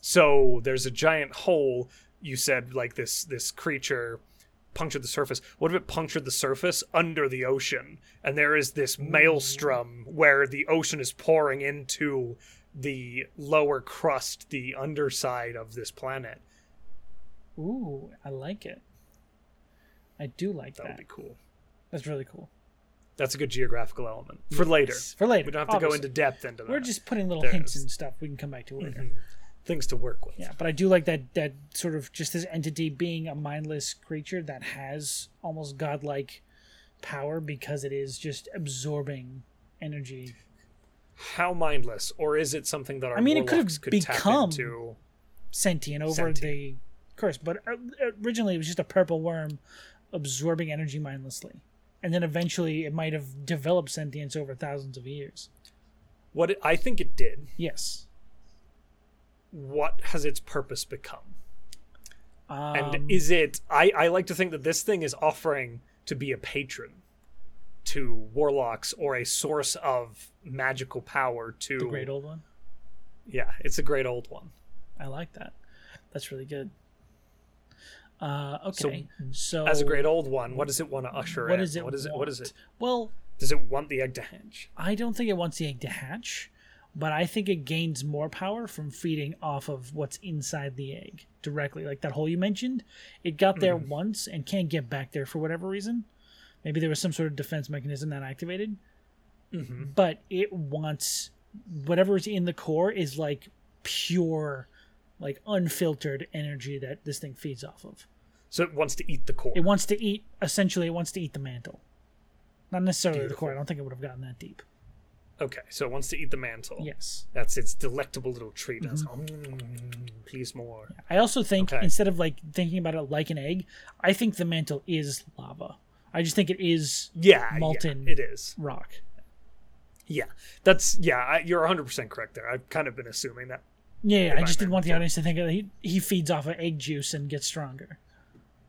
Speaker 2: so there's a giant hole you said like this this creature punctured the surface what if it punctured the surface under the ocean and there is this maelstrom where the ocean is pouring into the lower crust the underside of this planet
Speaker 1: ooh i like it i do like
Speaker 2: that
Speaker 1: that,
Speaker 2: would be cool
Speaker 1: that's really cool
Speaker 2: that's a good geographical element for later
Speaker 1: for later
Speaker 2: we don't have to
Speaker 1: obviously.
Speaker 2: go into depth into that
Speaker 1: We're just putting little
Speaker 2: There
Speaker 1: hints
Speaker 2: is. Mm-hmm.
Speaker 1: and stuff we can come back to later.
Speaker 2: things to work with
Speaker 1: Yeah, but I do like that that sort of just this entity being a mindless creature that has almost godlike power because it is just absorbing energy.
Speaker 2: how mindless or is it something that our
Speaker 1: I mean, it could have
Speaker 2: warlocks could tap
Speaker 1: become-
Speaker 2: into?
Speaker 1: Sentient over
Speaker 2: Sentient.
Speaker 1: the curse, but uh, originally it was just a purple worm absorbing energy mindlessly. And then eventually it might have developed sentience over thousands of years.
Speaker 2: what it, i think it did
Speaker 1: Yes.
Speaker 2: what has its purpose become
Speaker 1: Um,
Speaker 2: and is it I, I like to think that this thing is offering to be a patron to warlocks or a source of magical power to
Speaker 1: the great old one?
Speaker 2: yeah it's a great old one
Speaker 1: I like that. That's really good. Uh, okay, so,
Speaker 2: as a great old one what does it want to
Speaker 1: Oh.
Speaker 2: usher
Speaker 1: what
Speaker 2: in
Speaker 1: does it?
Speaker 2: what is it what is
Speaker 1: want?
Speaker 2: it
Speaker 1: Well,
Speaker 2: does it want the egg to hatch
Speaker 1: I don't think it wants the egg to hatch. but I think it gains more power from feeding off of what's inside the egg directly. Like that hole you mentioned, it got there
Speaker 2: Mm-hmm.
Speaker 1: once and can't get back there for whatever reason. Maybe there was some sort of defense mechanism that activated,
Speaker 2: Mm-hmm.
Speaker 1: but it wants whatever's in the core is like pure, like unfiltered energy that this thing feeds off of.
Speaker 2: So it wants to eat the core.
Speaker 1: It wants to eat, essentially, it wants to eat the mantle. Not necessarily the
Speaker 2: Beautiful.
Speaker 1: core. I don't think it would have gotten that deep.
Speaker 2: okay, so it wants to eat the mantle.
Speaker 1: Yes.
Speaker 2: That's its delectable little treat. That's,
Speaker 1: Mm-hmm.
Speaker 2: "Mm, please more.
Speaker 1: I also think
Speaker 2: Okay.
Speaker 1: instead of like thinking about it like an egg, I think the mantle is lava. I just think it is
Speaker 2: Yeah, yeah,
Speaker 1: Molten.
Speaker 2: it is.
Speaker 1: rock.
Speaker 2: Yeah, that's yeah. I, you're 100 percent correct there. I've kind of been assuming that.
Speaker 1: Yeah, yeah, I just didn't want the
Speaker 2: Environmental.
Speaker 1: audience to think that he, he feeds off of egg juice and gets stronger.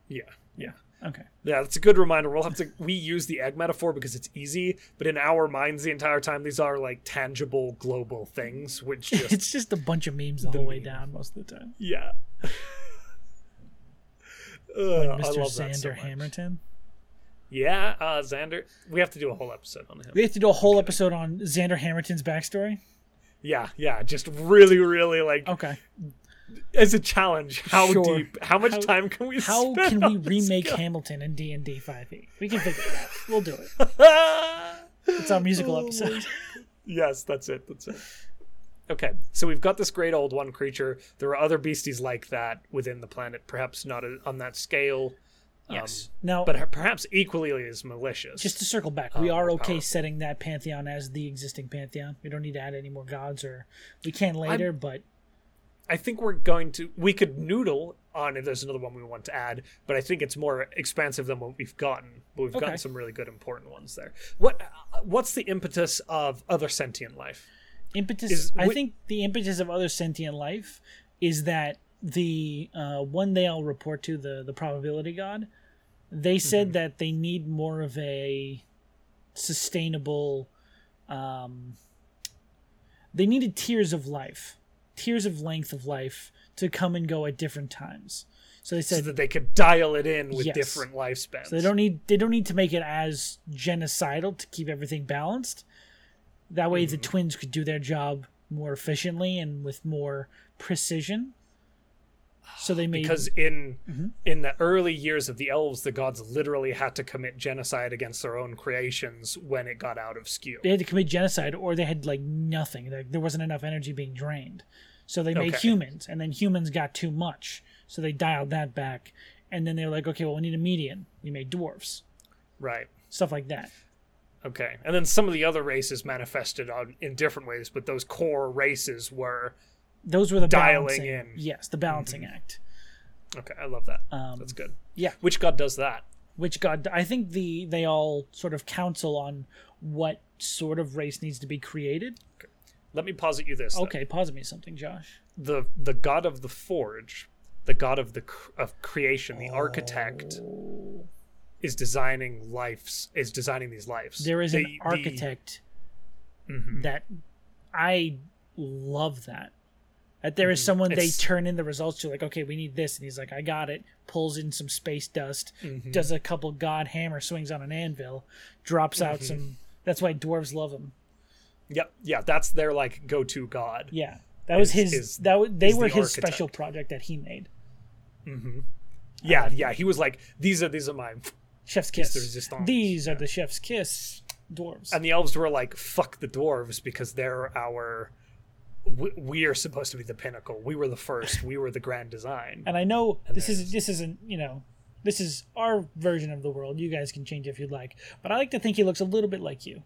Speaker 2: Yeah, yeah,
Speaker 1: Okay.
Speaker 2: yeah. That's a good reminder. We'll have to we use the egg metaphor because it's easy, but in our minds the entire time these are like tangible global things, which
Speaker 1: *laughs*
Speaker 2: just
Speaker 1: It's just a bunch of memes the, whole way down most of the time.
Speaker 2: yeah. Ugh, I
Speaker 1: Mr.
Speaker 2: love that
Speaker 1: Xander
Speaker 2: so much.
Speaker 1: Hammerton.
Speaker 2: Yeah, uh, Xander. We have to do a whole episode on him.
Speaker 1: We have to do a whole episode on Xander Hammerton's backstory.
Speaker 2: Yeah, yeah. Just really, really like *laughs*
Speaker 1: Okay.
Speaker 2: as a challenge. How
Speaker 1: Oh. Sure.
Speaker 2: deep? How much
Speaker 1: How-
Speaker 2: time can we?
Speaker 1: How
Speaker 2: spend
Speaker 1: can we
Speaker 2: on this
Speaker 1: remake
Speaker 2: guy?
Speaker 1: Hamilton in D and D five E? We can figure it out. We'll do it. It's our musical
Speaker 2: Oh my
Speaker 1: episode.
Speaker 2: *laughs*
Speaker 1: *laughs*
Speaker 2: yes, that's it. That's it. Okay, so we've got this great old one creature. There are other beasties like that within the planet, perhaps not a- on that scale, um,
Speaker 1: Yes. now
Speaker 2: but Oh, ha- perhaps equally as malicious.
Speaker 1: just to circle back, we are okay setting that pantheon as the existing pantheon. We don't need to add any more gods, or we can later. but
Speaker 2: I think we're going to we could noodle on if there's another one we want to add, but I think it's more expansive than what we've gotten. But we've
Speaker 1: Okay.
Speaker 2: gotten some really good important ones there. What uh, what's the impetus of other sentient life?
Speaker 1: impetus.
Speaker 2: Is-
Speaker 1: I
Speaker 2: whi-
Speaker 1: think the impetus of other sentient life is that the uh, one they all report to, the the probability god, they
Speaker 2: Mm-hmm.
Speaker 1: said that they need more of a sustainable. Um, they needed tiers of life, tiers of length of life to come and go at different times. So they
Speaker 2: So
Speaker 1: said
Speaker 2: that they could dial it in with
Speaker 1: Yes.
Speaker 2: different lifespans.
Speaker 1: So they don't need they don't need to make it as genocidal to keep everything balanced. That way
Speaker 2: Mm-hmm.
Speaker 1: the twins could do their job more efficiently and with more precision. So they made
Speaker 2: because in
Speaker 1: Mm-hmm.
Speaker 2: in the early years of the elves, the gods literally had to commit genocide against their own creations when it got out of skew.
Speaker 1: they had to commit genocide or they had like nothing. Like there wasn't enough energy being drained. So they made
Speaker 2: Okay.
Speaker 1: humans and then humans got too much. So they dialed that back and then they were like, okay, well we need a median. We made dwarfs.
Speaker 2: Right.
Speaker 1: Stuff like that.
Speaker 2: Okay. And then some of the other races manifested on in different ways, but those core races were
Speaker 1: Those were the
Speaker 2: Dialing
Speaker 1: balancing,
Speaker 2: in. Mm-hmm.
Speaker 1: Yes, the balancing act.
Speaker 2: Okay, I love that.
Speaker 1: Um,
Speaker 2: That's good.
Speaker 1: yeah.
Speaker 2: Which god does that?
Speaker 1: which god i think the they all sort of counsel on what sort of race needs to be created
Speaker 2: Let me posit you this. though.
Speaker 1: okay pause me something josh
Speaker 2: The the god of the forge, the god of the cr- of creation, the architect
Speaker 1: Oh.
Speaker 2: is designing lives is designing these lives.
Speaker 1: there is
Speaker 2: The-
Speaker 1: an
Speaker 2: the- Mm-hmm.
Speaker 1: architect that i love that that there is someone
Speaker 2: Mm-hmm. It's-
Speaker 1: they turn in the results to like okay we need this and he's like i got it pulls in some space dust
Speaker 2: Mm-hmm.
Speaker 1: does a couple god hammer swings on an anvil drops out
Speaker 2: Mm-hmm.
Speaker 1: some that's why dwarves love him
Speaker 2: yep, yeah, that's their like go-to god.
Speaker 1: yeah that was
Speaker 2: Is-
Speaker 1: his
Speaker 2: is-
Speaker 1: that was, they
Speaker 2: is
Speaker 1: were
Speaker 2: the
Speaker 1: his
Speaker 2: architect.
Speaker 1: special project that he made
Speaker 2: Yeah, yeah, he was like these are these are mine.
Speaker 1: Chef's
Speaker 2: Piece
Speaker 1: kiss.
Speaker 2: de resistance,
Speaker 1: These are the chef's kiss dwarves.
Speaker 2: And the elves were like fuck the dwarves because they're our we, we are supposed to be the pinnacle. We were the first. We were the
Speaker 1: *laughs*
Speaker 2: grand design. *laughs*
Speaker 1: And I know this is this isn't you know this is our version of the world. You guys can change it if you'd like, but I like to think he looks a little bit like you.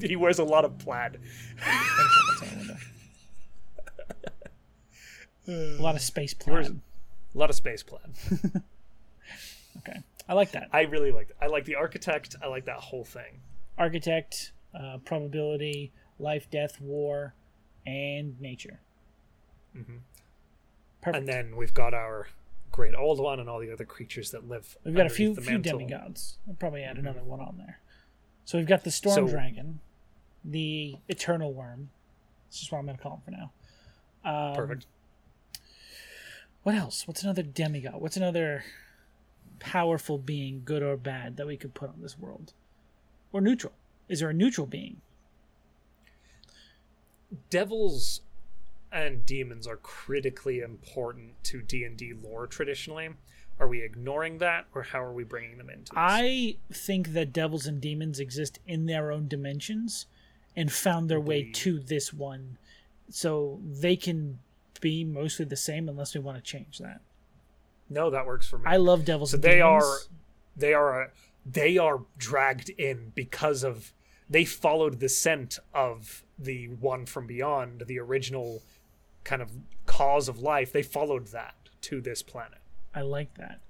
Speaker 2: he wears a lot of plaid.
Speaker 1: A lot of space
Speaker 2: Where's-
Speaker 1: plan.
Speaker 2: A lot of space plaid.
Speaker 1: Okay, I like that.
Speaker 2: I really like. I like the architect. I like that whole thing.
Speaker 1: Architect, uh, probability, life, death, war, and nature. Perfect.
Speaker 2: And then we've got our great old one and all the other creatures that live.
Speaker 1: We've got a
Speaker 2: underneath
Speaker 1: few
Speaker 2: the
Speaker 1: few
Speaker 2: mantle. Mm-hmm.
Speaker 1: demigods. We'll probably add another one on there. So we've got the storm
Speaker 2: So-
Speaker 1: dragon, the eternal worm. That's just what I'm going to call him for now. Um,
Speaker 2: Perfect.
Speaker 1: What else? What's another demigod? What's another powerful being, good or bad, that we could put on this world, or neutral? Is there a neutral being?
Speaker 2: devils and demons are critically important to D&D lore traditionally. Are we ignoring that or how are we bringing them into this?
Speaker 1: I think that devils and demons exist in their own dimensions and found their way
Speaker 2: We-
Speaker 1: to this one. So they can be mostly the same unless we want to change that.
Speaker 2: no, that works for me.
Speaker 1: I love devils
Speaker 2: so
Speaker 1: and
Speaker 2: they
Speaker 1: demons.
Speaker 2: are they are a, they are dragged in because of they followed the scent of the one from beyond, the original kind of cause of life. They followed that to this planet.
Speaker 1: I like that.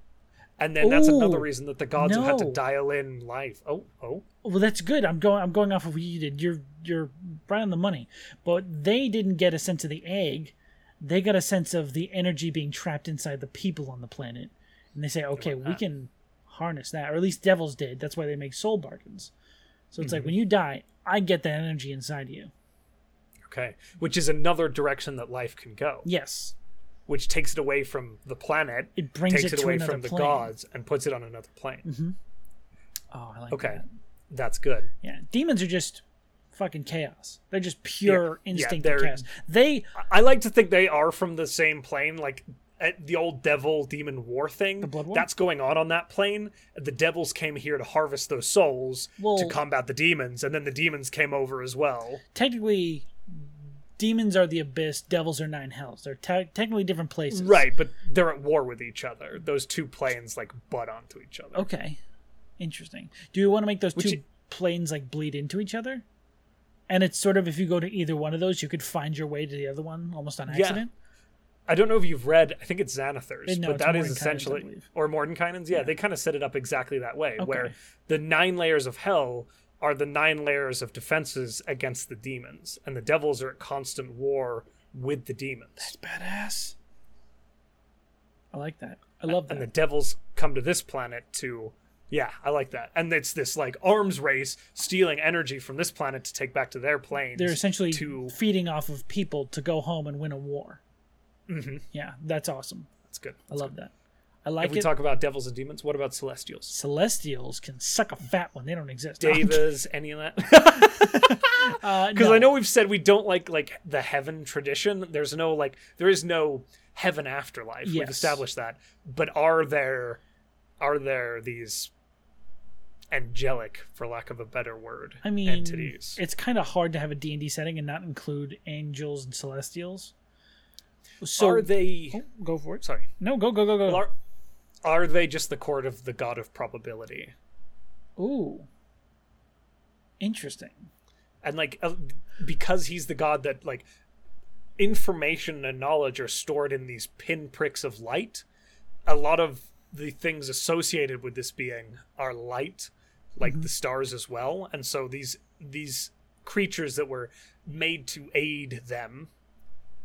Speaker 2: And then that's another
Speaker 1: Ooh,
Speaker 2: reason that the gods have had to
Speaker 1: no.
Speaker 2: dial in life. Oh, oh.
Speaker 1: Well, that's good. I'm going. I'm going off of what you did. You're you're right on the money. But they didn't get a sense of the egg. They got a sense of the energy being trapped inside the people on the planet, and they say, "Okay,
Speaker 2: want
Speaker 1: we
Speaker 2: that.
Speaker 1: can harness that." Or at least devils did. That's why they make soul bargains. So
Speaker 2: Mm-hmm.
Speaker 1: it's like when you die, I get that energy inside you.
Speaker 2: Okay. Which is another direction that life can go,
Speaker 1: Yes,
Speaker 2: which takes it away from the planet,
Speaker 1: it brings
Speaker 2: takes
Speaker 1: it,
Speaker 2: it,
Speaker 1: to
Speaker 2: away
Speaker 1: another
Speaker 2: from the
Speaker 1: plane. Mm-hmm.
Speaker 2: gods, and puts it on another plane.
Speaker 1: Oh, I like
Speaker 2: Okay.
Speaker 1: that.
Speaker 2: That's good.
Speaker 1: Yeah, demons are just fucking chaos. They're just pure
Speaker 2: Yeah,
Speaker 1: instinct
Speaker 2: they're-
Speaker 1: of chaos. They
Speaker 2: I- I like to think they are from the same plane, like at the old devil demon war thing.
Speaker 1: The blood war?
Speaker 2: That's going on on that plane. The devils came here to harvest those souls to
Speaker 1: Well-
Speaker 2: combat the demons, and then the demons came over as well.
Speaker 1: technically demons are the abyss devils are nine hells they're te- technically different places
Speaker 2: Right, but they're at war with each other. Those two planes like butt onto each other.
Speaker 1: okay interesting do you want to make those
Speaker 2: Which
Speaker 1: two
Speaker 2: i-
Speaker 1: planes like bleed into each other and it's sort of if you go to either one of those you could find your way to the other one almost on
Speaker 2: Yeah.
Speaker 1: accident
Speaker 2: I don't know if you've read. I think it's Xanathars,
Speaker 1: Uh, No,
Speaker 2: but
Speaker 1: it's
Speaker 2: that is
Speaker 1: Mordenkainen's, I
Speaker 2: essentially
Speaker 1: believe.
Speaker 2: or Mordenkainen's. Yeah, they kind of set it up exactly that way, where
Speaker 1: Okay.
Speaker 2: the nine layers of hell are the nine layers of defenses against the demons, and the devils are at constant war with the demons.
Speaker 1: badass i like that i love that
Speaker 2: And the devils come to this planet to, yeah, I like that. And it's this like arms race, stealing energy from this planet to take back to their planes.
Speaker 1: they're essentially
Speaker 2: to
Speaker 1: feeding off of people to go home and win a war
Speaker 2: Mhm.
Speaker 1: yeah that's awesome
Speaker 2: that's good.
Speaker 1: i love that i like
Speaker 2: if we
Speaker 1: it
Speaker 2: talk about devils and demons, what about celestials?
Speaker 1: celestials can suck a fat one they don't exist *laughs* I'm
Speaker 2: Devas, any of that? *laughs*
Speaker 1: Uh,
Speaker 2: because
Speaker 1: no.
Speaker 2: I know we've said we don't like like the heaven tradition. There's no like there is no heaven afterlife. We've
Speaker 1: Yes.
Speaker 2: established that. But are there are there these angelic, for lack of a better word,
Speaker 1: I mean,
Speaker 2: entities?
Speaker 1: it's kind of hard to have a D and D setting and not include angels and celestials. So
Speaker 2: are they
Speaker 1: Oh, go for it.
Speaker 2: sorry?
Speaker 1: No, go go go go.
Speaker 2: Are, are they just the court of the god of probability?
Speaker 1: Ooh, interesting.
Speaker 2: and like uh, because he's the god that like information and knowledge are stored in these pinpricks of light a lot of the things associated with this being are light like the stars as well and so these these creatures that were made to aid them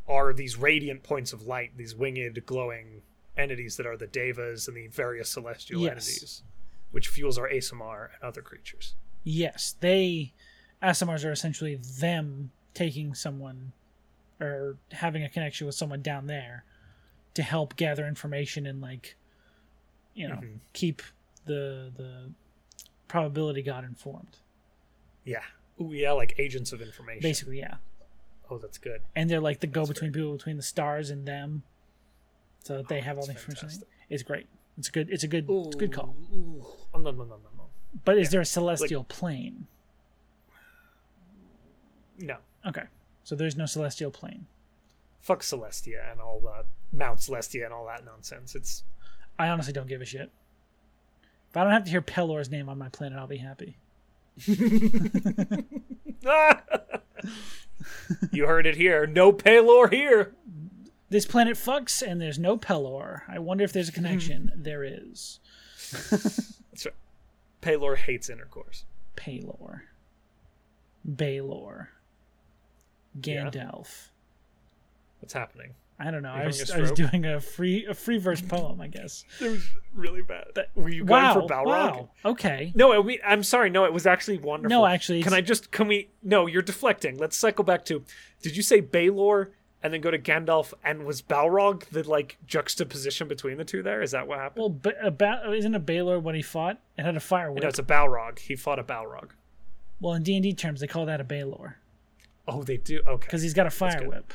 Speaker 2: are these radiant points of light these winged glowing entities that are the devas and the various celestial
Speaker 1: Yes.
Speaker 2: entities which fuels our asmr and other creatures
Speaker 1: Yes, they Asimars are essentially them taking someone or having a connection with someone down there to help gather information and like you know
Speaker 2: Mhm.
Speaker 1: keep the the probability god informed.
Speaker 2: Yeah. Ooh, yeah, like agents of information.
Speaker 1: Basically, yeah.
Speaker 2: Oh, that's good.
Speaker 1: and they're like the go between people between the stars and them. So that they have all the
Speaker 2: Oh, that's
Speaker 1: information.
Speaker 2: fantastic.
Speaker 1: It's great. It's good. It's a good. It's a good call.
Speaker 2: Ooh. Um, nom, nom, nom, nom, nom.
Speaker 1: But is there a celestial plane?
Speaker 2: No.
Speaker 1: Okay, so there's no celestial plane.
Speaker 2: Fuck Celestia and all the Mount Celestia and all that nonsense. It's *laughs*
Speaker 1: I honestly don't give a shit. If I don't have to hear Pelor's name on my planet, I'll be happy.
Speaker 2: ah! You heard it here. No Palor here.
Speaker 1: This planet fucks, and there's no Pelor. I wonder if there's
Speaker 2: *laughs*
Speaker 1: a connection. there is
Speaker 2: That's right. Palor hates intercourse.
Speaker 1: Pelor, Baylor,
Speaker 2: Yeah.
Speaker 1: Gandalf.
Speaker 2: What's happening?
Speaker 1: I don't know. I
Speaker 2: having
Speaker 1: was,
Speaker 2: a
Speaker 1: I was
Speaker 2: stroke?
Speaker 1: doing a free a free verse poem, I guess.
Speaker 2: It was really bad. Were you going
Speaker 1: wow,
Speaker 2: for Balrog?
Speaker 1: Wow. Okay.
Speaker 2: No, I mean, I'm sorry. No, it was actually wonderful.
Speaker 1: No, actually,
Speaker 2: can
Speaker 1: it's-
Speaker 2: I just can we? No, you're deflecting. Let's cycle back to. Did you say Baylor and then go to Gandalf and was Balrog the like juxtaposition between the two? There is that what happened?
Speaker 1: Well, ba- a ba- isn't a Baylor when he fought? It had a fire whip.
Speaker 2: no, it's a Balrog. He fought a Balrog.
Speaker 1: Well, in D and D terms, they call that a Baylor.
Speaker 2: Oh, they do. Okay.
Speaker 1: because he's got a fire
Speaker 2: good.
Speaker 1: whip.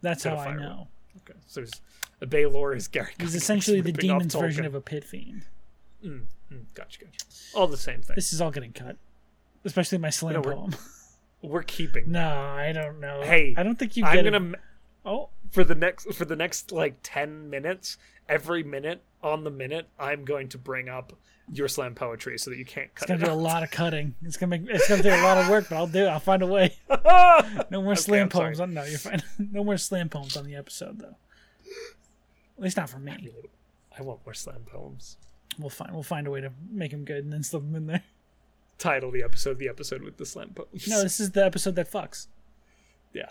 Speaker 1: That's
Speaker 2: Got a
Speaker 1: how I
Speaker 2: fire whip.
Speaker 1: know.
Speaker 2: okay. So he's, a Baylor is Gary.
Speaker 1: He's
Speaker 2: *laughs*
Speaker 1: essentially the demon's version of a pit fiend.
Speaker 2: Hmm, Gotcha, gotcha. All the same thing.
Speaker 1: This is all getting cut, especially my slam
Speaker 2: No, we're-
Speaker 1: poem. *laughs*
Speaker 2: We're keeping.
Speaker 1: no, I don't know.
Speaker 2: Hey,
Speaker 1: I don't think you.
Speaker 2: I'm
Speaker 1: get it.
Speaker 2: gonna
Speaker 1: Oh,
Speaker 2: for the next for the next like 10 minutes every minute on the minute i'm going to bring up your slam poetry so that you can't
Speaker 1: it's
Speaker 2: cut
Speaker 1: gonna
Speaker 2: it
Speaker 1: do a
Speaker 2: out.
Speaker 1: lot of cutting. It's gonna make. It's gonna do a lot of work, but I'll do. it. I'll find a way. *laughs* No more slam
Speaker 2: I'm sorry.
Speaker 1: poems. On, no, you're fine. *laughs* no more slam poems on the episode, though. At least not for me.
Speaker 2: *laughs* i want more slam poems
Speaker 1: We'll find. We'll find a way to make them good and then slip them in there.
Speaker 2: title the episode the episode with the slam poems
Speaker 1: No, this is the episode that fucks.
Speaker 2: yeah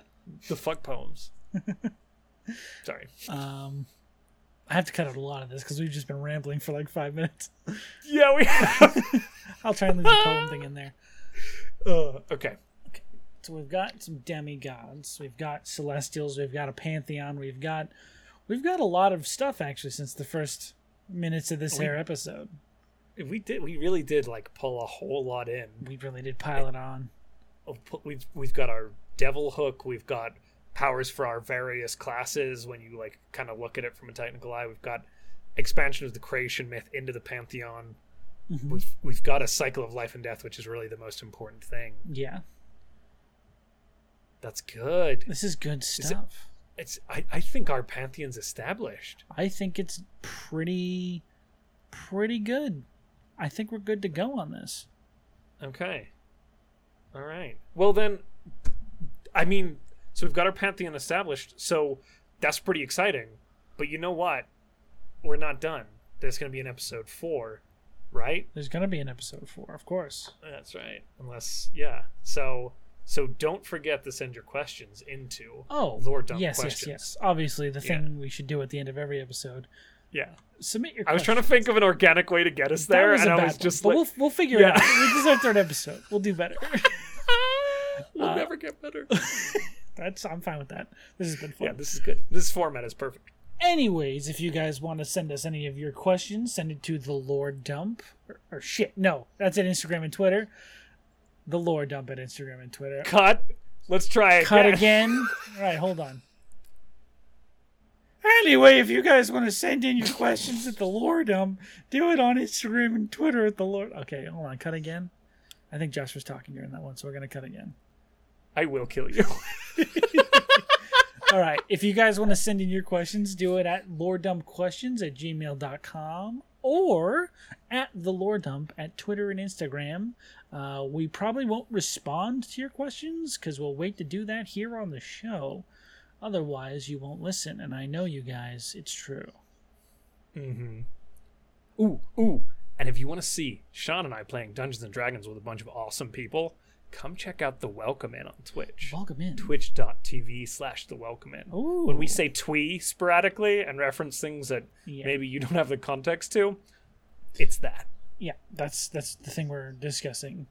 Speaker 2: the fuck
Speaker 1: *laughs*
Speaker 2: poems sorry
Speaker 1: Um, I have to cut out a lot of this because we've just been rambling for like five minutes. *laughs*
Speaker 2: yeah we *laughs*
Speaker 1: I'll try and leave the poem thing in there.
Speaker 2: uh, okay
Speaker 1: So we've got some demigods, we've got celestials, we've got a pantheon, we've got we've got a lot of stuff actually since the first minutes of this
Speaker 2: We-
Speaker 1: here episode.
Speaker 2: we did we really did like pull a whole lot in
Speaker 1: We really did pile it on.
Speaker 2: I'll put- we've we've got our devil hook we've got powers for our various classes when you like kind of look at it from a technical eye we've got expansion of the creation myth into the pantheon
Speaker 1: Mm-hmm.
Speaker 2: we've we've got a cycle of life and death which is really the most important thing
Speaker 1: Yeah,
Speaker 2: that's good
Speaker 1: this is good
Speaker 2: it-
Speaker 1: stuff.
Speaker 2: it's i, I think our pantheon's established
Speaker 1: I think it's pretty pretty good. I think we're good to go on this.
Speaker 2: okay all right well then i mean so we've got our pantheon established so that's pretty exciting but you know what we're not done there's going to be an episode four right
Speaker 1: There's gonna be an episode four, of course.
Speaker 2: That's right. Unless, yeah. So, so don't forget to send your questions into
Speaker 1: Oh,
Speaker 2: Lord Dump
Speaker 1: yes,
Speaker 2: questions.
Speaker 1: yes, yes. Obviously, the
Speaker 2: Yeah.
Speaker 1: thing we should do at the end of every episode:
Speaker 2: Yeah,
Speaker 1: submit your.
Speaker 2: I was trying to
Speaker 1: questions.
Speaker 2: think of an organic way to get us
Speaker 1: That
Speaker 2: there,
Speaker 1: was a
Speaker 2: and I
Speaker 1: bad
Speaker 2: was
Speaker 1: one,
Speaker 2: just
Speaker 1: but
Speaker 2: like, *laughs*
Speaker 1: we'll, we'll figure
Speaker 2: Yeah.
Speaker 1: it
Speaker 2: *laughs*
Speaker 1: out. This is our third episode. We'll do better. *laughs*
Speaker 2: we'll
Speaker 1: uh,
Speaker 2: never get better.
Speaker 1: That's I'm fine with that. This has been fun.
Speaker 2: *laughs* yeah, this is good. This format is perfect.
Speaker 1: Anyways, if you guys want to send us any of your questions, send it to the Lord Dump or, or shit. No, that's at Instagram and Twitter. The Lord Dump at Instagram and Twitter.
Speaker 2: Cut. Let's try
Speaker 1: Cut
Speaker 2: again.
Speaker 1: *laughs* again. All right, hold on. Anyway, if you guys want to send in your questions at the Lordum, do it on Instagram and Twitter at the Lord. Okay, hold on. Cut again. I think Josh was talking during that one, so we're gonna cut again.
Speaker 2: I will kill you. *laughs*
Speaker 1: *laughs* All right. If you guys want to send in your questions, do it at loredumpquestions at gmail.com or at the lore dump at Twitter and Instagram. Uh, we probably won't respond to your questions because we'll wait to do that here on the show. Otherwise, you won't listen. And I know you guys, it's true.
Speaker 2: Mm-hmm. ooh, ooh. And if you want to see Sean and I playing Dungeons and Dragons with a bunch of awesome people, come check out the Welcome In on Twitch.
Speaker 1: Welcome in.
Speaker 2: twitch.tv slash the welcome in.
Speaker 1: Ooh.
Speaker 2: When we say twee sporadically and reference things that
Speaker 1: Yeah.
Speaker 2: maybe you don't have the context to, it's that.
Speaker 1: yeah, that's that's the thing we're discussing.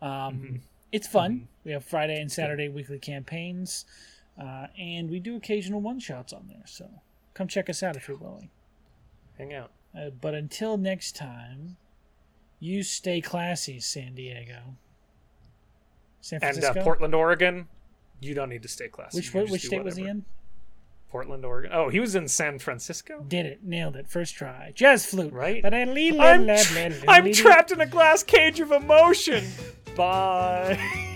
Speaker 1: Um, It's fun. We have Friday and Saturday weekly campaigns, uh, and we do occasional one shots on there. So come check us out if you're willing.
Speaker 2: Hang out.
Speaker 1: Uh, but until next time, you stay classy, San Diego, San
Speaker 2: And
Speaker 1: Francisco.
Speaker 2: uh, Portland, Oregon, you don't need to stay classy. You
Speaker 1: which
Speaker 2: can
Speaker 1: which,
Speaker 2: just
Speaker 1: which
Speaker 2: do
Speaker 1: state was he
Speaker 2: whatever.
Speaker 1: in?
Speaker 2: Portland, Oregon. Oh, he was in San Francisco?
Speaker 1: Did it? Nailed it! First try. Jazz flute.
Speaker 2: Right.
Speaker 1: Ba-da-lee-la-la-la-la-la-la-la.
Speaker 2: I'm, tra- I'm trapped in a glass cage of emotion. Bye.